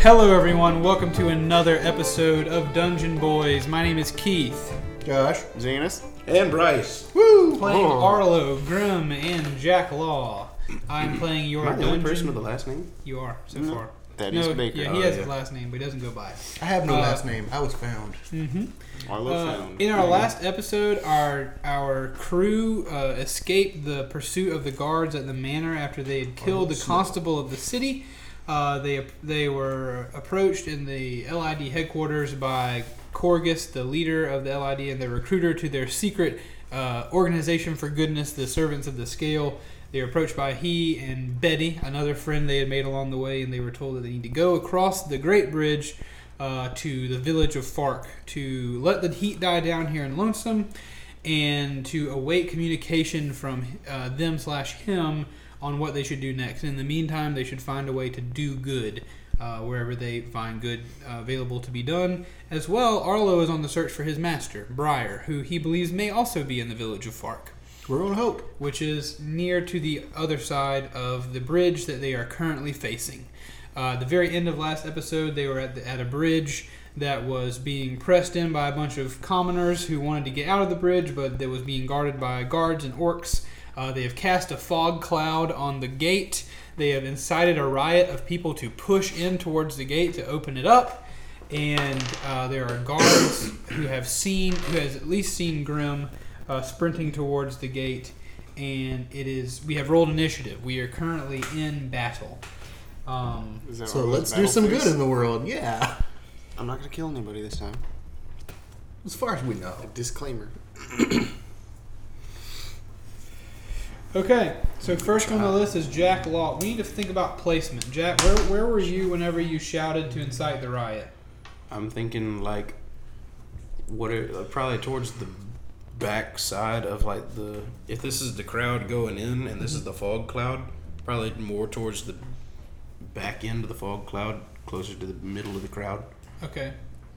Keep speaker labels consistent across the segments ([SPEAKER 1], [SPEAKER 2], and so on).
[SPEAKER 1] Hello, everyone. Welcome to another episode of Dungeon Boys. My name is Keith.
[SPEAKER 2] Josh.
[SPEAKER 3] Xenas.
[SPEAKER 4] And Bryce.
[SPEAKER 1] Woo! Playing Arlo, Grim, and Jack Law. I'm playing your
[SPEAKER 4] Am I the only
[SPEAKER 1] dungeon.
[SPEAKER 4] person with the last name?
[SPEAKER 1] you are so
[SPEAKER 3] No,
[SPEAKER 1] far.
[SPEAKER 3] that
[SPEAKER 1] no,
[SPEAKER 3] is Baker.
[SPEAKER 1] Yeah, he
[SPEAKER 4] Oh,
[SPEAKER 1] has
[SPEAKER 4] yeah.
[SPEAKER 1] his last name, but he doesn't go by it.
[SPEAKER 2] I have no
[SPEAKER 1] Uh,
[SPEAKER 2] last name. I was found.
[SPEAKER 3] Arlo
[SPEAKER 1] Uh,
[SPEAKER 3] found.
[SPEAKER 1] in our last episode, our our crew uh, escaped the pursuit of the guards at the manor after they had killed the constable of the city. Uh, they they were approached in the LID headquarters by Corgus, the leader of the LID, and the recruiter to their secret uh, organization for goodness, the Servants of the Scale. They were approached by he and Betty, another friend they had made along the way, and they were told that they need to go across the Great Bridge uh, to the village of Fark to let the heat die down here in Lonesome and to await communication from uh, them slash him on what they should do next. In the meantime, they should find a way to do good uh, wherever they find good uh, available to be done. As well, Arlo is on the search for his master, Briar, who he believes may also be in the village of Fark
[SPEAKER 2] We're on hope.
[SPEAKER 1] which is near to the other side of the bridge that they are currently facing. Uh, the very end of last episode, they were at, the, at a bridge that was being pressed in by a bunch of commoners who wanted to get out of the bridge, but that was being guarded by guards and orcs. Uh, they have cast a fog cloud on the gate. They have incited a riot of people to push in towards the gate to open it up and uh, there are guards who have seen, who has at least seen Grim uh, sprinting towards the gate, and it is we have rolled initiative. We are currently in battle. Um,
[SPEAKER 3] Is that
[SPEAKER 2] So
[SPEAKER 3] Arlo's
[SPEAKER 2] let's do some
[SPEAKER 3] battle
[SPEAKER 2] good
[SPEAKER 3] face?
[SPEAKER 2] in the world. Yeah.
[SPEAKER 3] I'm not gonna kill anybody this time.
[SPEAKER 2] As far as we know.
[SPEAKER 3] Disclaimer.
[SPEAKER 1] okay, so first on the list is Jack Law. We need to think about placement. Jack, where, where were you whenever you shouted to incite the riot?
[SPEAKER 4] I'm thinking like what are like, probably towards the back side of like the if this is the crowd going in and this is
[SPEAKER 1] Mm-hmm.
[SPEAKER 4] the fog cloud, probably more towards the back end of the fog cloud, closer to the middle of the crowd.
[SPEAKER 1] Okay.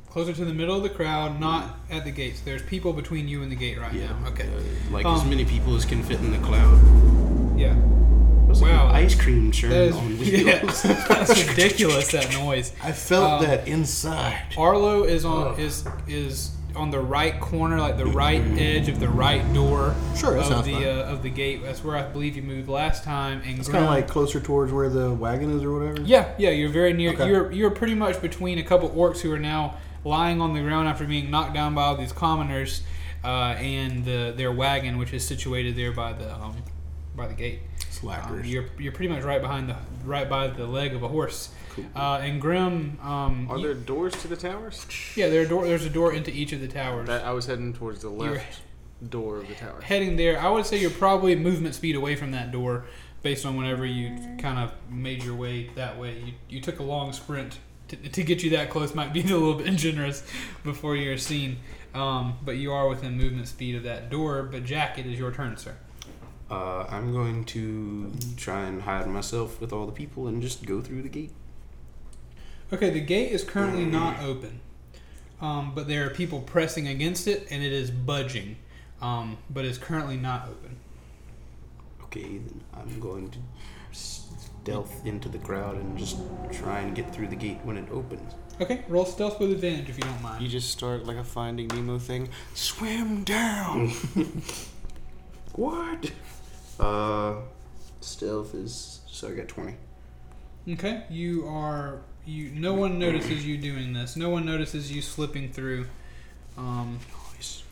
[SPEAKER 1] Closer to the middle of the crowd, not at the gates. There's people between you and the gate right now. Okay.
[SPEAKER 4] Uh, like as
[SPEAKER 1] Um,
[SPEAKER 4] many people as can fit in the cloud.
[SPEAKER 1] Yeah.
[SPEAKER 4] It was like
[SPEAKER 1] Wow.
[SPEAKER 4] an ice cream
[SPEAKER 1] That
[SPEAKER 4] churn on
[SPEAKER 1] is, yeah,
[SPEAKER 4] wheels.
[SPEAKER 1] that's ridiculous. That noise.
[SPEAKER 2] I felt
[SPEAKER 1] Um,
[SPEAKER 2] that inside.
[SPEAKER 1] Arlo is on is is on the right corner, like the right edge of the right door.
[SPEAKER 2] Sure, that
[SPEAKER 1] of
[SPEAKER 2] sounds
[SPEAKER 1] the
[SPEAKER 2] fine.
[SPEAKER 1] uh, of the gate. That's where I believe you moved last time. And
[SPEAKER 2] It's kind of like closer towards where the wagon is or whatever.
[SPEAKER 1] yeah, yeah. You're very near.
[SPEAKER 2] Okay.
[SPEAKER 1] You're you're pretty much between a couple orcs who are now lying on the ground after being knocked down by all these commoners, uh, and the, their wagon, which is situated there by the um, by the gate. Um,
[SPEAKER 2] Slackers.
[SPEAKER 1] you're, you're pretty much right behind the right by the leg of a horse. Uh, and Grim, um,
[SPEAKER 3] Are
[SPEAKER 1] you-
[SPEAKER 3] there doors to the towers?
[SPEAKER 1] yeah, there are door, there's a door into each of the towers.
[SPEAKER 3] That I was heading towards the
[SPEAKER 1] were-
[SPEAKER 3] left door of the tower.
[SPEAKER 1] Heading there, I would say you're probably movement speed away from that door, based on whenever you kind of made your way that way. You, you took a long sprint to, to get you that close. Might be a little bit generous before you're seen, um, but you are within movement speed of that door. But Jack, it is your turn, sir.
[SPEAKER 4] Uh, I'm going to try and hide myself with all the people and just go through the gate.
[SPEAKER 1] Okay, the gate is currently not open, um, but there are people pressing against it, and it is budging, um, but it's currently not open.
[SPEAKER 4] Okay, then I'm going to stealth into the crowd and just try and get through the gate when it opens.
[SPEAKER 1] Okay, roll stealth with advantage if you don't mind.
[SPEAKER 3] You just start like a Finding Nemo thing. Swim down.
[SPEAKER 4] What? Uh, stealth is so I got twenty.
[SPEAKER 1] Okay, you are you. No one notices you doing this. No one notices you slipping through, um,
[SPEAKER 4] Nice.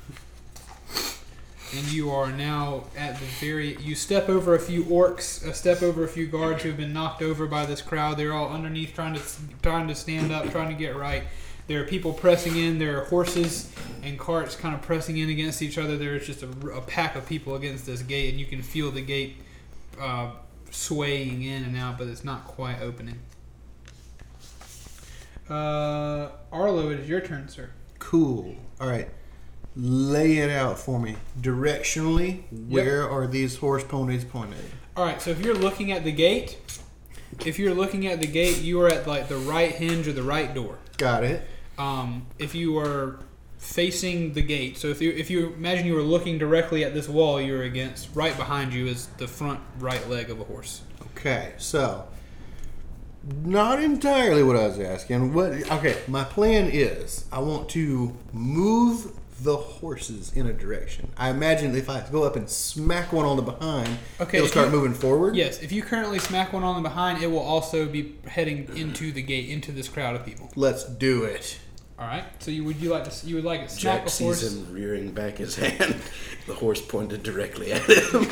[SPEAKER 1] and you are now at the very. You step over a few orcs, uh, step over a few guards who have been knocked over by this crowd. They're all underneath, trying to trying to stand up, trying to get right. There are people pressing in. There are horses and carts kind of pressing in against each other. There is just a, r- a pack of people against this gate, and you can feel the gate uh, swaying in and out, but it's not quite opening. Uh, Arlo, it is your turn, sir.
[SPEAKER 2] Cool. All right. Lay it out for me. Directionally, where are these horse ponies pointed?
[SPEAKER 1] All right, so if you're looking at the gate, if you're looking at the gate, you are at like the right hinge or the right door.
[SPEAKER 2] Got it.
[SPEAKER 1] Um, if you are facing the gate, so if you if you imagine you were looking directly at this wall you're against, right behind you is the front right leg of a horse.
[SPEAKER 2] Okay, so Not entirely what I was asking. What? Okay, my plan is I want to move the horses in a direction. I imagine if I go up and smack one on the behind,
[SPEAKER 1] Okay,
[SPEAKER 2] it'll
[SPEAKER 1] if
[SPEAKER 2] start
[SPEAKER 1] you-
[SPEAKER 2] moving forward.
[SPEAKER 1] Yes, if you currently smack one on the behind, it will also be heading into the gate, into this crowd of people.
[SPEAKER 2] Let's do it.
[SPEAKER 1] All right. So you would you like to you would like to smack
[SPEAKER 4] Jack
[SPEAKER 1] a horse?
[SPEAKER 4] sees him rearing back his hand. The horse pointed directly at him.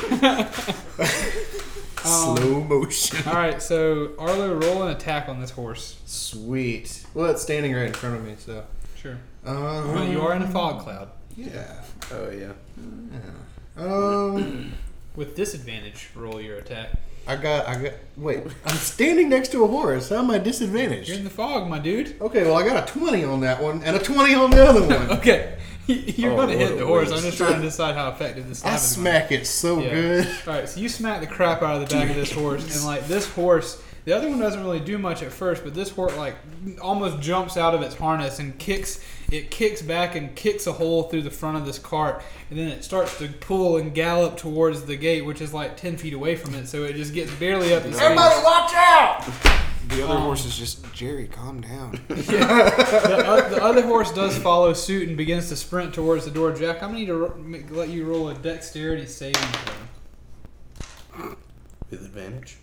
[SPEAKER 1] Um,
[SPEAKER 2] Slow motion.
[SPEAKER 1] All right. So Arlo, roll an attack on this horse.
[SPEAKER 2] Sweet. Well, it's standing right in front of me, so.
[SPEAKER 1] Sure.
[SPEAKER 2] Um,
[SPEAKER 1] But you are in a fog cloud
[SPEAKER 2] Yeah.
[SPEAKER 4] Oh yeah.
[SPEAKER 2] Um,
[SPEAKER 1] with disadvantage. Roll your attack.
[SPEAKER 2] I got. I got. Wait, I'm standing next to a horse. How am I disadvantaged?
[SPEAKER 1] You're in the fog, my dude.
[SPEAKER 2] Okay, well, I got a 20 on that one and a 20 on the other one.
[SPEAKER 1] Okay. You're
[SPEAKER 4] Oh,
[SPEAKER 1] gonna
[SPEAKER 4] what
[SPEAKER 1] hit
[SPEAKER 4] a
[SPEAKER 1] the horse.
[SPEAKER 4] waste.
[SPEAKER 1] I'm just trying to decide how effective this.
[SPEAKER 2] I
[SPEAKER 1] slap is gonna be.
[SPEAKER 2] smack it so
[SPEAKER 1] Yeah.
[SPEAKER 2] good.
[SPEAKER 1] All right, so you smack the crap out of the back of this horse, and like this horse, the other one doesn't really do much at first, but this horse like almost jumps out of its harness and kicks. It kicks back and kicks a hole through the front of this cart, and then it starts to pull and gallop towards the gate, which is like ten feet away from it. So it just gets barely up. Its Everybody,
[SPEAKER 3] The
[SPEAKER 1] Oh.
[SPEAKER 3] other horse is just Jerry. Calm down.
[SPEAKER 1] the, oth- the other horse does follow suit and begins to sprint towards the door. Jack, I'm gonna need to ro- make- let you roll a dexterity saving throw.
[SPEAKER 4] With advantage.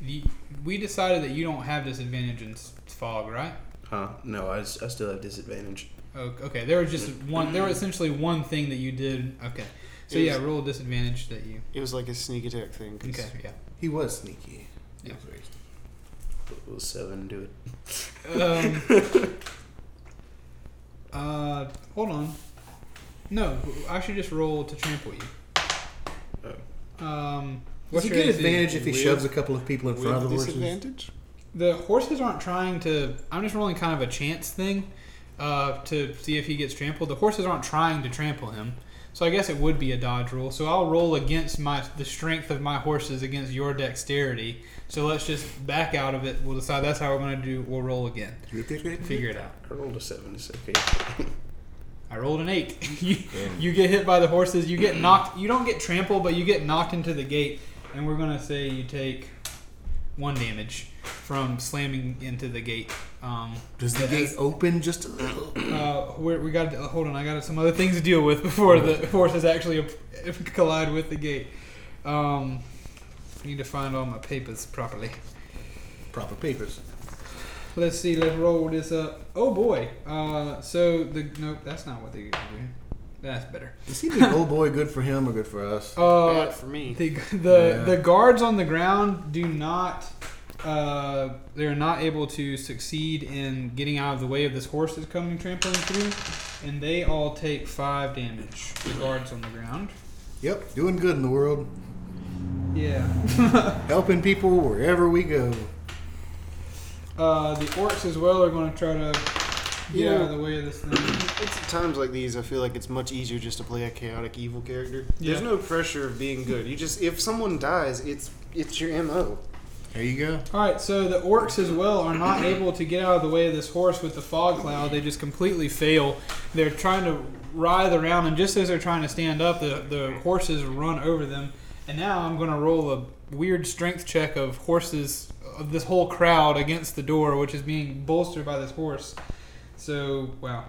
[SPEAKER 1] You- We decided that you don't have disadvantage in s- fog, right?
[SPEAKER 4] Huh? No, I, s- I still have disadvantage.
[SPEAKER 1] Oh, Okay, there was just one. There was essentially one thing that you did. Okay, so
[SPEAKER 3] It
[SPEAKER 1] yeah,
[SPEAKER 3] was-
[SPEAKER 1] roll a disadvantage that you.
[SPEAKER 3] It was like a sneak attack thing. 'cause-
[SPEAKER 1] Okay, yeah.
[SPEAKER 2] He was sneaky.
[SPEAKER 1] Yeah.
[SPEAKER 4] What will seven do it?
[SPEAKER 1] Um, uh, hold on. No, I should just roll to trample you.
[SPEAKER 3] Oh.
[SPEAKER 1] Um,
[SPEAKER 2] Does
[SPEAKER 1] what's
[SPEAKER 2] he
[SPEAKER 1] your
[SPEAKER 2] get
[SPEAKER 1] AC?
[SPEAKER 2] advantage if he
[SPEAKER 3] With-
[SPEAKER 2] shoves a couple of people in front of
[SPEAKER 3] With
[SPEAKER 2] the horses?
[SPEAKER 3] disadvantage.
[SPEAKER 1] The horses aren't trying to. I'm just rolling kind of a chance thing uh, to see if he gets trampled. The horses aren't trying to trample him, so I guess it would be a dodge roll. So I'll roll against my the strength of my horses against your dexterity. So let's just back out of it. We'll decide that's how we're going to do. We'll roll again. Figure it out.
[SPEAKER 4] I rolled a seven. It's okay.
[SPEAKER 1] I rolled an eight. you, you get hit by the horses. You get knocked. You don't get trampled, but you get knocked into the gate. And we're gonna say you take one damage from slamming into the gate. Um,
[SPEAKER 2] Does the
[SPEAKER 1] but
[SPEAKER 2] gate
[SPEAKER 1] as-
[SPEAKER 2] open just a little?
[SPEAKER 1] Uh, we're, we got. to Hold on. I got some other things to deal with before the horses actually ap- collide with the gate. Um, I need to find all my papers properly.
[SPEAKER 2] Proper papers.
[SPEAKER 1] Let's see. Let's roll this up. Oh boy. Uh, so the nope. That's not what they do. That's better.
[SPEAKER 2] Is he the old boy good for him or good for us?
[SPEAKER 1] Uh,
[SPEAKER 3] Bad for me.
[SPEAKER 1] The the,
[SPEAKER 2] Yeah.
[SPEAKER 1] the guards on the ground do not. Uh, they're not able to succeed in getting out of the way of this horse that's coming trampling through, and they all take five damage. The guards on the ground.
[SPEAKER 2] Yep, doing good in the world,
[SPEAKER 1] Yeah.
[SPEAKER 2] helping people wherever we go.
[SPEAKER 1] uh, the orcs as well are going to try to get
[SPEAKER 3] Yeah.
[SPEAKER 1] out of the way of this thing.
[SPEAKER 3] It's at times like these. I feel like it's much easier just to play a chaotic evil character.
[SPEAKER 1] Yeah.
[SPEAKER 3] There's no pressure of being good. You just if someone dies, it's it's your mo.
[SPEAKER 2] There you go.
[SPEAKER 1] All right, so the orcs as well are not able to get out of the way of this horse with the fog cloud. They just completely fail. They're trying to writhe around, and just as they're trying to stand up, the, the horses run over them. And now I'm going to roll a weird strength check of horses, of this whole crowd against the door, which is being bolstered by this horse. So, wow.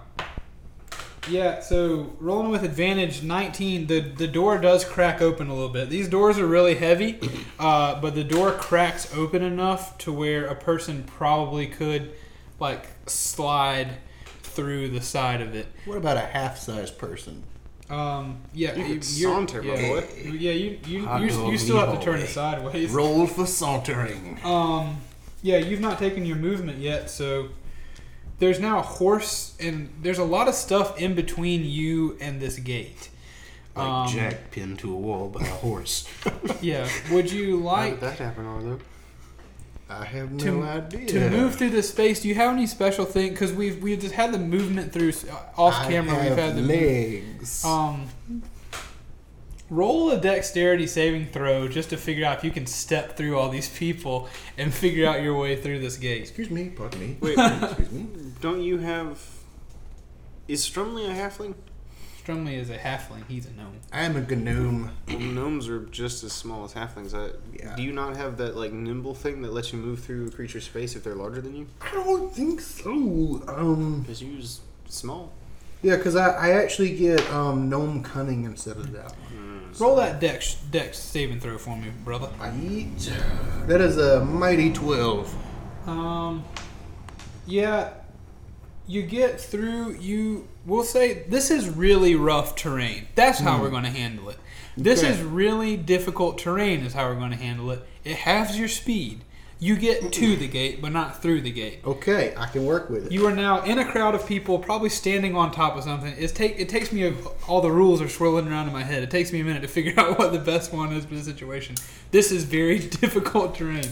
[SPEAKER 1] Yeah, so rolling with advantage 19, the, the door does crack open a little bit. These doors are really heavy, uh, but the door cracks open enough to where a person probably could, like, slide through the side of it.
[SPEAKER 2] What about a half-sized person?
[SPEAKER 1] Um, yeah,
[SPEAKER 3] You could
[SPEAKER 1] you're-
[SPEAKER 3] saunter, my
[SPEAKER 1] yeah,
[SPEAKER 3] boy.
[SPEAKER 1] Yeah, you, you,
[SPEAKER 4] Hot
[SPEAKER 1] you,
[SPEAKER 4] dog
[SPEAKER 1] you still have to
[SPEAKER 4] me
[SPEAKER 1] turn
[SPEAKER 4] boy.
[SPEAKER 1] it sideways.
[SPEAKER 2] Roll for sauntering.
[SPEAKER 1] Um, yeah, you've not taken your movement yet, so there's now a horse, and there's a lot of stuff in between you and this gate.
[SPEAKER 4] Like
[SPEAKER 1] Um,
[SPEAKER 4] Jack pinned to a wall by a horse.
[SPEAKER 1] Yeah. Would you
[SPEAKER 3] How
[SPEAKER 1] like
[SPEAKER 3] did that happen, Arlo?
[SPEAKER 2] I have no
[SPEAKER 1] To-
[SPEAKER 2] idea.
[SPEAKER 1] to move through this space? Do you have any special thing? Because we've we've just had the movement through s- off
[SPEAKER 2] I
[SPEAKER 1] camera.
[SPEAKER 2] have
[SPEAKER 1] We've had the
[SPEAKER 2] legs.
[SPEAKER 1] um. Roll a dexterity saving throw just to figure out if you can step through all these people and figure out your way through this gate.
[SPEAKER 2] Excuse me, pardon me.
[SPEAKER 3] Wait.
[SPEAKER 2] Excuse me.
[SPEAKER 3] Don't you have? Is Strumley a halfling?
[SPEAKER 1] Strumley is a halfling. He's a gnome.
[SPEAKER 2] I am a gnome.
[SPEAKER 3] Well, gnomes are just as small as halflings. I,
[SPEAKER 2] Yeah.
[SPEAKER 3] Do you not have that like nimble thing that lets you move through creature space if they're larger than you?
[SPEAKER 2] I don't think so. Um,
[SPEAKER 3] Because you're just small.
[SPEAKER 2] yeah, because I, I actually get um, gnome cunning instead of that one.
[SPEAKER 1] Roll that dex dex saving throw for me, brother.
[SPEAKER 2] Yeet. That is a mighty twelve.
[SPEAKER 1] Um, yeah, you get through. You we'll say this is really rough terrain. That's how
[SPEAKER 4] Hmm.
[SPEAKER 1] we're going to handle it. This
[SPEAKER 2] Okay.
[SPEAKER 1] is really difficult terrain. Is how we're going to handle it. It halves your speed. You get to the gate, but not through the gate.
[SPEAKER 2] Okay, I can work with it.
[SPEAKER 1] You are now in a crowd of people, probably standing on top of something. It's take, it takes me, a, all the rules are swirling around in my head. It takes me a minute to figure out what the best one is for the situation. This is very difficult terrain.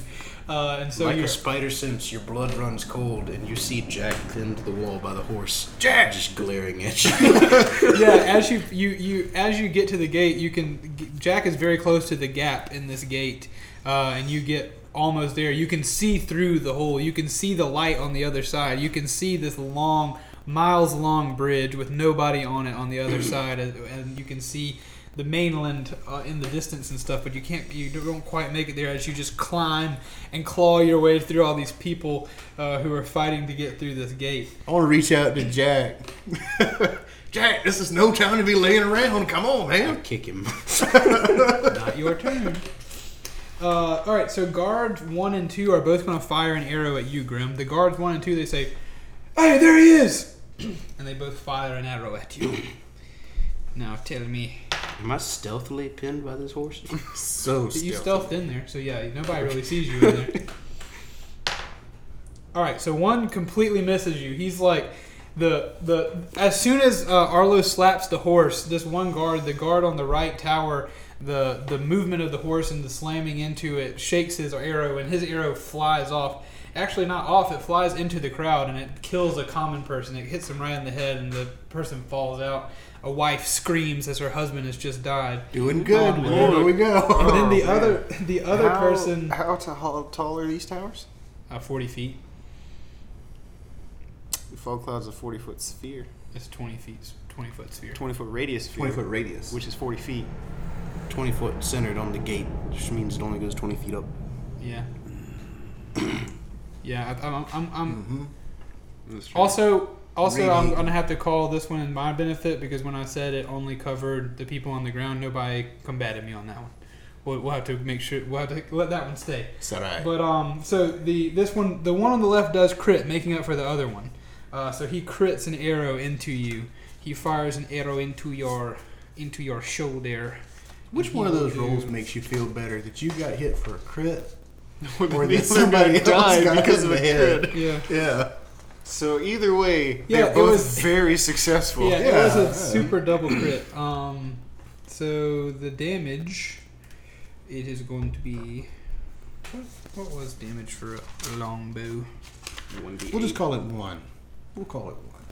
[SPEAKER 1] Uh, and so
[SPEAKER 4] like
[SPEAKER 1] you're,
[SPEAKER 4] a spider sense, your blood runs cold, and you see Jack pinned to the wall by the horse. Jack just glaring at you.
[SPEAKER 1] yeah, as you, you, you, as you get to the gate, you can, Jack is very close to the gap in this gate, uh, and you get almost there. You can see through the hole. You can see the light on the other side. You can see this long, miles long bridge with nobody on it on the other side, and- and you can see the mainland uh, in the distance and stuff, but you can't, you don't quite make it there as you just climb and claw your way through all these people uh, who are fighting to get through this gate.
[SPEAKER 2] I want to reach out to Jack. Jack, this is no time to be laying around. Come on, man.
[SPEAKER 4] Kick him.
[SPEAKER 1] Not your turn. Uh, all right, so guards one and two are both going to fire an arrow at you, Grim. The guards one and two, they say, "Hey, there he is!" and they both fire an arrow at you. now tell me,
[SPEAKER 4] Am I stealthily pinned by this horse?
[SPEAKER 2] So
[SPEAKER 1] you stealthed in there, so yeah, nobody really sees you in there. All right, so one completely misses you. He's like the the as soon as uh, Arlo slaps the horse, this one guard, the guard on the right tower, the the movement of the horse and the slamming into it shakes his arrow, and his arrow flies off. Actually, not off. It flies into the crowd and it kills a common person. It hits them right in the head, and the person falls out. A wife screams as her husband has just died.
[SPEAKER 2] Doing good.
[SPEAKER 1] Oh,
[SPEAKER 2] man.
[SPEAKER 1] Lord.
[SPEAKER 2] There we go.
[SPEAKER 1] And then the
[SPEAKER 3] Oh, man.
[SPEAKER 1] other the other
[SPEAKER 3] How-
[SPEAKER 1] person
[SPEAKER 3] How, t- how tall are these towers?
[SPEAKER 1] uh, 40 feet.
[SPEAKER 3] The fog cloud's a 40 foot sphere,
[SPEAKER 1] It's 20 feet, 20 foot sphere.
[SPEAKER 3] 20 foot radius sphere,
[SPEAKER 2] radius.
[SPEAKER 3] which is 40 feet.
[SPEAKER 4] 20 foot centered on the gate, which means it only goes 20 feet up.
[SPEAKER 1] Yeah. yeah, I, I'm. I'm, I'm
[SPEAKER 3] Mm-hmm. That's true.
[SPEAKER 1] Also, also, I'm
[SPEAKER 2] Radiating.
[SPEAKER 1] gonna have to call this one in my benefit because when I said it only covered the people on the ground, nobody combated me on that one. We'll, we'll have to make sure we'll have to let that one stay.
[SPEAKER 2] It's all right.
[SPEAKER 1] But um, so the this one, the one on the left does crit, making up for the other one. Uh, so he crits an arrow into you. He fires an arrow into your into your shoulder.
[SPEAKER 2] Which
[SPEAKER 1] And
[SPEAKER 2] one of
[SPEAKER 1] he
[SPEAKER 2] those
[SPEAKER 1] will
[SPEAKER 2] rolls
[SPEAKER 1] do-
[SPEAKER 2] makes you feel better that you got hit for a crit or
[SPEAKER 3] Or
[SPEAKER 2] that somebody else got because
[SPEAKER 3] because
[SPEAKER 2] hit in
[SPEAKER 3] of
[SPEAKER 2] the
[SPEAKER 3] a
[SPEAKER 2] head?
[SPEAKER 3] head.
[SPEAKER 1] Yeah.
[SPEAKER 2] Yeah.
[SPEAKER 3] So either way,
[SPEAKER 1] Yeah,
[SPEAKER 3] they're
[SPEAKER 1] it
[SPEAKER 3] both
[SPEAKER 1] was-
[SPEAKER 3] very successful.
[SPEAKER 1] Yeah, it
[SPEAKER 2] yeah.
[SPEAKER 1] was a super double crit. Um, so the damage, it is going to be. What, what was damage for a longbow?
[SPEAKER 3] 1d8.
[SPEAKER 2] We'll just call it one. We'll call it one.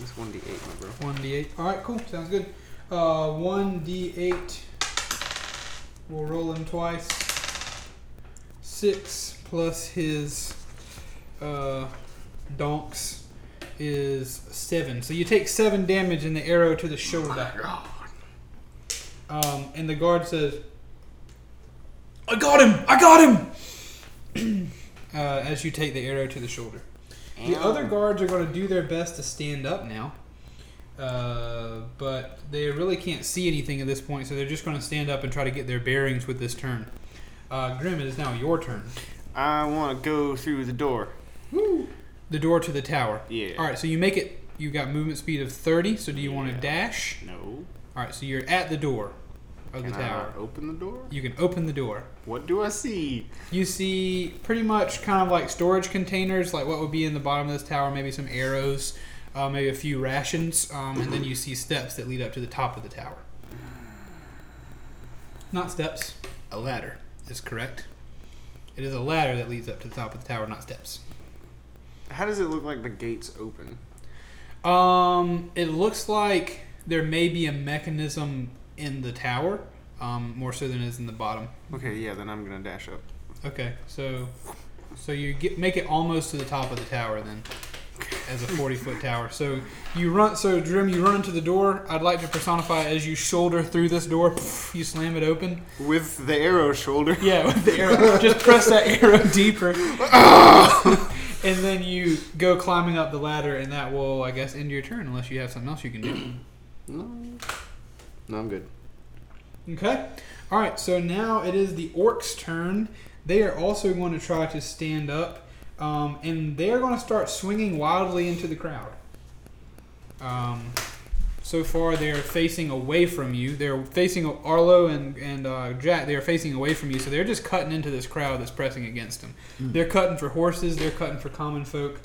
[SPEAKER 3] It's 1d8, my bro.
[SPEAKER 1] One d eight. All right, cool. Sounds good. Uh, one d eight. We'll roll him twice. Six plus his uh, donks is seven. So you take seven damage in the arrow to the shoulder. Um, and the guard says, "I got him! I got him!" uh, as you take the arrow to the shoulder. The other guards are going to do their best to stand up now, uh, but they really can't see anything at this point, so they're just going to stand up and try to get their bearings with this turn. Uh, Grim, it is now your turn.
[SPEAKER 3] I want to go through the door.
[SPEAKER 1] The door to the tower.
[SPEAKER 3] Yeah.
[SPEAKER 1] All right, so you make it. You got movement speed of thirty. So do you want to
[SPEAKER 3] Yeah.
[SPEAKER 1] dash?
[SPEAKER 3] No.
[SPEAKER 1] All right, so you're at the door of
[SPEAKER 3] Can
[SPEAKER 1] the
[SPEAKER 3] I
[SPEAKER 1] tower.
[SPEAKER 3] not open the door?
[SPEAKER 1] You can open the door.
[SPEAKER 3] What do I see?
[SPEAKER 1] You see pretty much kind of like storage containers, like what would be in the bottom of this tower, maybe some arrows, uh, maybe a few rations, um, and then you see steps that lead up to the top of the tower. Not steps, a ladder is correct. It is a ladder that leads up to the top of the tower, not steps.
[SPEAKER 3] How does it look like the gate's open?
[SPEAKER 1] Um, it looks like there may be a mechanism in the tower, um, more so than it is in the bottom.
[SPEAKER 3] Okay, yeah, then I'm going to dash up.
[SPEAKER 1] Okay, so so you get, make it almost to the top of the tower then. as a forty foot tower. So you run. So Drim, you run into the door. I'd like to personify as you shoulder through this door. pff, You slam it open.
[SPEAKER 3] With the arrow shoulder.
[SPEAKER 1] Yeah, with the arrow. just press that arrow deeper. and then you go climbing up the ladder, and that will, I guess, end your turn unless you have something else you can do.
[SPEAKER 3] No. No, I'm good.
[SPEAKER 1] Okay. All right. So now it is the orcs' turn. They are also going to try to stand up, um, and they are going to start swinging wildly into the crowd. Um, so far, they are facing away from you. They're facing Arlo and and uh, Jack. They are facing away from you, so they're just cutting into this crowd that's pressing against them. They're cutting for horses. They're cutting for common folk.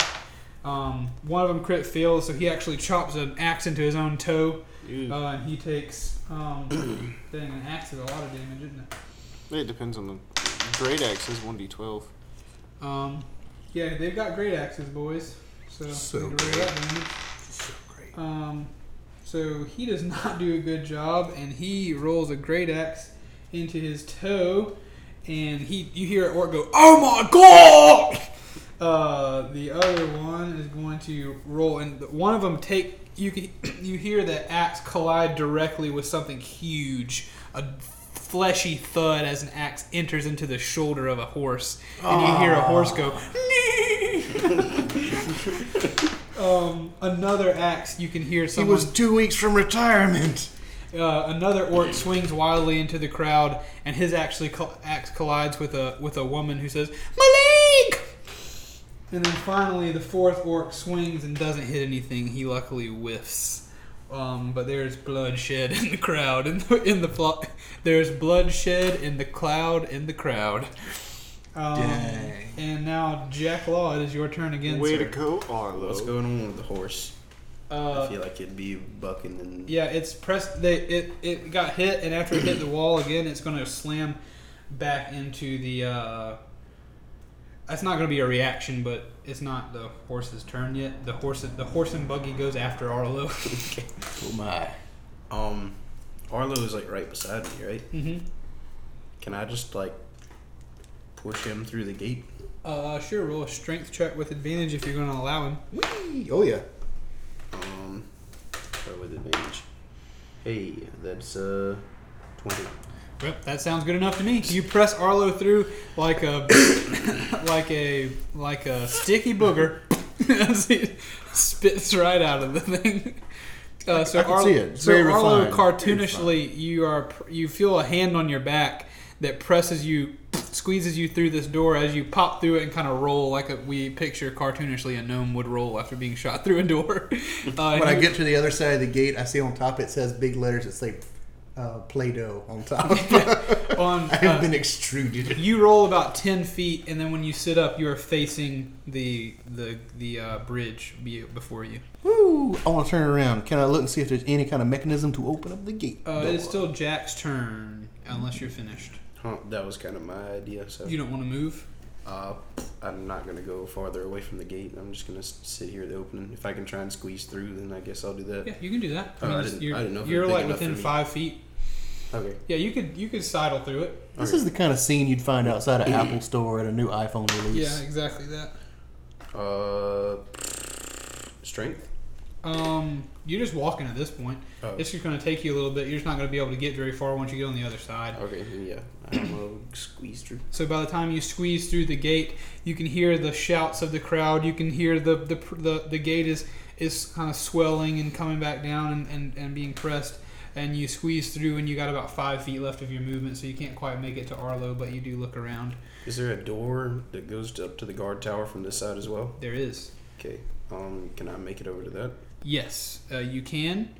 [SPEAKER 1] Um, one of them crit fails, so he actually chops an axe into his own toe. Uh, and he takes um, dang, an axe is a lot of damage, isn't it?
[SPEAKER 3] It depends on the great axe is one d twelve.
[SPEAKER 1] Um, yeah, they've got great axes, boys. So,
[SPEAKER 2] So
[SPEAKER 1] need to roll that damage.
[SPEAKER 2] So great.
[SPEAKER 1] Um, so he does not do a good job, and he rolls a great axe into his toe, and he you hear Orc go, "Oh my god!" Uh, the other one is going to roll, and th- one of them take you. can- You hear the axe collide directly with something huge, a fleshy thud as an axe enters into the shoulder of a horse, and you hear a horse go.
[SPEAKER 2] Ah.
[SPEAKER 1] um, another axe. You can hear
[SPEAKER 2] He
[SPEAKER 1] someone.
[SPEAKER 2] was two weeks from retirement.
[SPEAKER 1] Uh, another orc swings wildly into the crowd, and his actually col- axe collides with a with a woman who says Malik. And then finally, the fourth orc swings and doesn't hit anything. He luckily whiffs, um, but there's bloodshed in the crowd. In the, in the flo- there's bloodshed in the cloud in the crowd. Um,
[SPEAKER 2] Dang.
[SPEAKER 1] And now, Jack Law, it is your turn again.
[SPEAKER 3] Way
[SPEAKER 1] sir.
[SPEAKER 3] to go, Arlo.
[SPEAKER 4] What's going on with the horse?
[SPEAKER 1] Uh,
[SPEAKER 4] I feel like it'd be bucking and
[SPEAKER 1] Yeah, it's pressed. They it, it got hit, and after it hit the wall again, it's going to slam back into the. Uh, that's not going to be a reaction, but it's not the horse's turn yet. The horse the horse and buggy goes after Arlo.
[SPEAKER 2] Oh my.
[SPEAKER 4] um. Arlo is like right beside me, right?
[SPEAKER 1] mm-hmm.
[SPEAKER 4] Can I just like push him through the gate?
[SPEAKER 1] Uh, sure, roll a strength check with advantage if you're going to allow him.
[SPEAKER 2] Oh yeah.
[SPEAKER 4] Um, try with advantage. Hey, that's uh twenty.
[SPEAKER 1] Well, that sounds good enough to me. You press Arlo through like a like a like a sticky booger. As he spits right out of the thing. Uh, so
[SPEAKER 2] I can
[SPEAKER 1] Arlo,
[SPEAKER 2] see it. It's
[SPEAKER 1] so
[SPEAKER 2] very
[SPEAKER 1] Arlo
[SPEAKER 2] refined.
[SPEAKER 1] cartoonishly, you are pr- you feel a hand on your back that presses you, squeezes you through this door as you pop through it and kind of roll like a, we picture cartoonishly a gnome would roll after being shot through a door. Uh,
[SPEAKER 2] When I
[SPEAKER 1] you-
[SPEAKER 2] get to the other side of the gate, I see on top it says big letters that say uh, Play-Doh on top.
[SPEAKER 1] on
[SPEAKER 2] I
[SPEAKER 1] uh,
[SPEAKER 2] have been extruded.
[SPEAKER 1] You roll about ten feet, and then when you sit up, you are facing the the the uh, bridge be- before you.
[SPEAKER 2] Woo! I want to turn around. Can I look and see if there's any kind of mechanism to open up the gate?
[SPEAKER 1] Uh, it is
[SPEAKER 2] door?
[SPEAKER 1] still Jack's turn, unless you're finished.
[SPEAKER 4] Huh, that was kind of my idea. So
[SPEAKER 1] You don't want to move.
[SPEAKER 4] uh, I'm not gonna go farther away from the gate. I'm just gonna s- sit here at the opening. If I can try and squeeze through, then I guess I'll do that.
[SPEAKER 1] Yeah, you can do that.
[SPEAKER 4] Oh, I
[SPEAKER 1] just-
[SPEAKER 4] didn't-
[SPEAKER 1] you're
[SPEAKER 4] I didn't know if it
[SPEAKER 1] you're
[SPEAKER 4] was big
[SPEAKER 1] like
[SPEAKER 4] enough
[SPEAKER 1] within
[SPEAKER 4] for me.
[SPEAKER 1] five feet.
[SPEAKER 4] Okay.
[SPEAKER 1] Yeah, you could you could sidle through it.
[SPEAKER 2] This is the kind of scene you'd find outside an Apple store at a new iPhone release.
[SPEAKER 1] Yeah, exactly that.
[SPEAKER 4] Uh, strength.
[SPEAKER 1] Um, you're just walking at this point.
[SPEAKER 4] Oh.
[SPEAKER 1] It's just going to take you a little bit. You're just not going to be able to get very far once you get on the other side.
[SPEAKER 4] Okay. then Yeah. I'm gonna squeeze through.
[SPEAKER 1] So by the time you squeeze through the gate, you can hear the shouts of the crowd. You can hear the the the, the gate is is kind of swelling and coming back down and, and, and being pressed. And you squeeze through, and you got about five feet left of your movement, so you can't quite make it to Arlo, but you do look around.
[SPEAKER 4] Is there a door that goes to, up to the guard tower from this side as well?
[SPEAKER 1] There is.
[SPEAKER 4] Okay. Um, can I make it over to that?
[SPEAKER 1] Yes, uh, you can.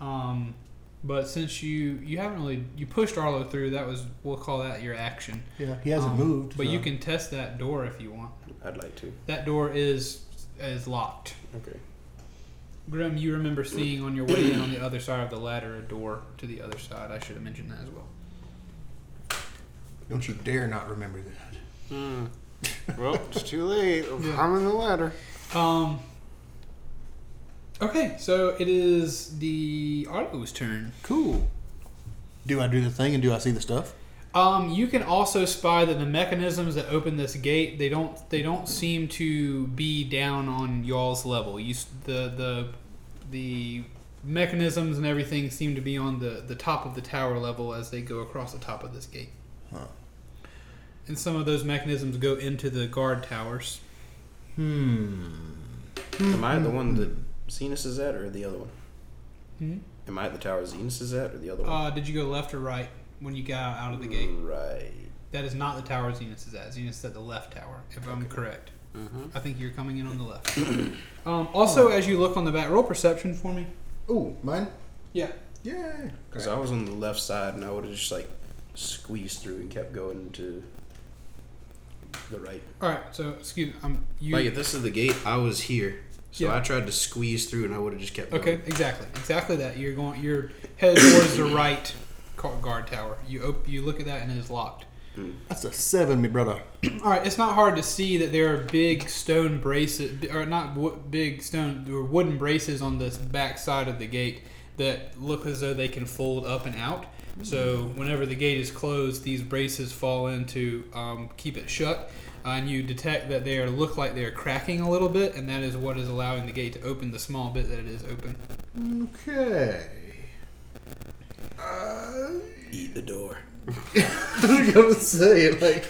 [SPEAKER 1] Um, but since you you haven't really you pushed Arlo through, that was we'll call that your action.
[SPEAKER 2] Yeah, he hasn't
[SPEAKER 1] Um,
[SPEAKER 2] moved.
[SPEAKER 1] But
[SPEAKER 2] so-
[SPEAKER 1] you can test that door if you want.
[SPEAKER 4] I'd like to.
[SPEAKER 1] That door is is locked.
[SPEAKER 4] Okay.
[SPEAKER 1] Grim, you remember seeing on your way in on the other side of the ladder a door to the other side. I should have mentioned that as well.
[SPEAKER 2] Don't you dare not remember that.
[SPEAKER 3] Hmm. Well, it's too late. I'm in the ladder.
[SPEAKER 1] Um, okay, so it is the Arlo's turn.
[SPEAKER 2] Cool. Do I do the thing and do I see the stuff?
[SPEAKER 1] Um, you can also spy that the mechanisms that open this gate they don't they don't seem to be down on y'all's level. You s- the the the mechanisms and everything seem to be on the the top of the tower level as they go across the top of this gate.
[SPEAKER 2] Huh.
[SPEAKER 1] And some of those mechanisms go into the guard towers.
[SPEAKER 2] Hmm.
[SPEAKER 4] Am I the one that Zenus is at, or the other one?
[SPEAKER 1] Hmm?
[SPEAKER 4] Am I at the tower Zenus is at, or the other one?
[SPEAKER 1] Uh, did you go left or right when you got out of the gate?
[SPEAKER 4] Right.
[SPEAKER 1] That is not the tower Zenus is at. Zenus is at the left tower, if I'm correct. I think you're coming in on the left. um, also, as you look on the back, roll perception for me.
[SPEAKER 2] Ooh, mine.
[SPEAKER 1] Yeah.
[SPEAKER 2] Yeah.
[SPEAKER 4] Because I was on the left side, and I would have just like squeezed through and kept going to the right.
[SPEAKER 1] All right. So, excuse me. Um, you.
[SPEAKER 4] Like if this is the gate, I was here, so
[SPEAKER 1] Yeah.
[SPEAKER 4] I tried to squeeze through, and I would have just kept.
[SPEAKER 1] okay.
[SPEAKER 4] Going.
[SPEAKER 1] Exactly. Exactly that. You're going. You're headed towards the right car- guard tower. You op- You look at that and it is locked.
[SPEAKER 2] That's a seven, me brother.
[SPEAKER 1] All right. It's not hard to see that there are big stone braces, or not wo- big stone or wooden braces on the back side of the gate that look as though they can fold up and out. So whenever the gate is closed, these braces fall in to um, keep it shut, uh, and you detect that they are, look like they are cracking a little bit, and that is what is allowing the gate to open the small bit that it is open.
[SPEAKER 2] Okay.
[SPEAKER 4] Uh, Eat the door.
[SPEAKER 2] I'm gonna say like,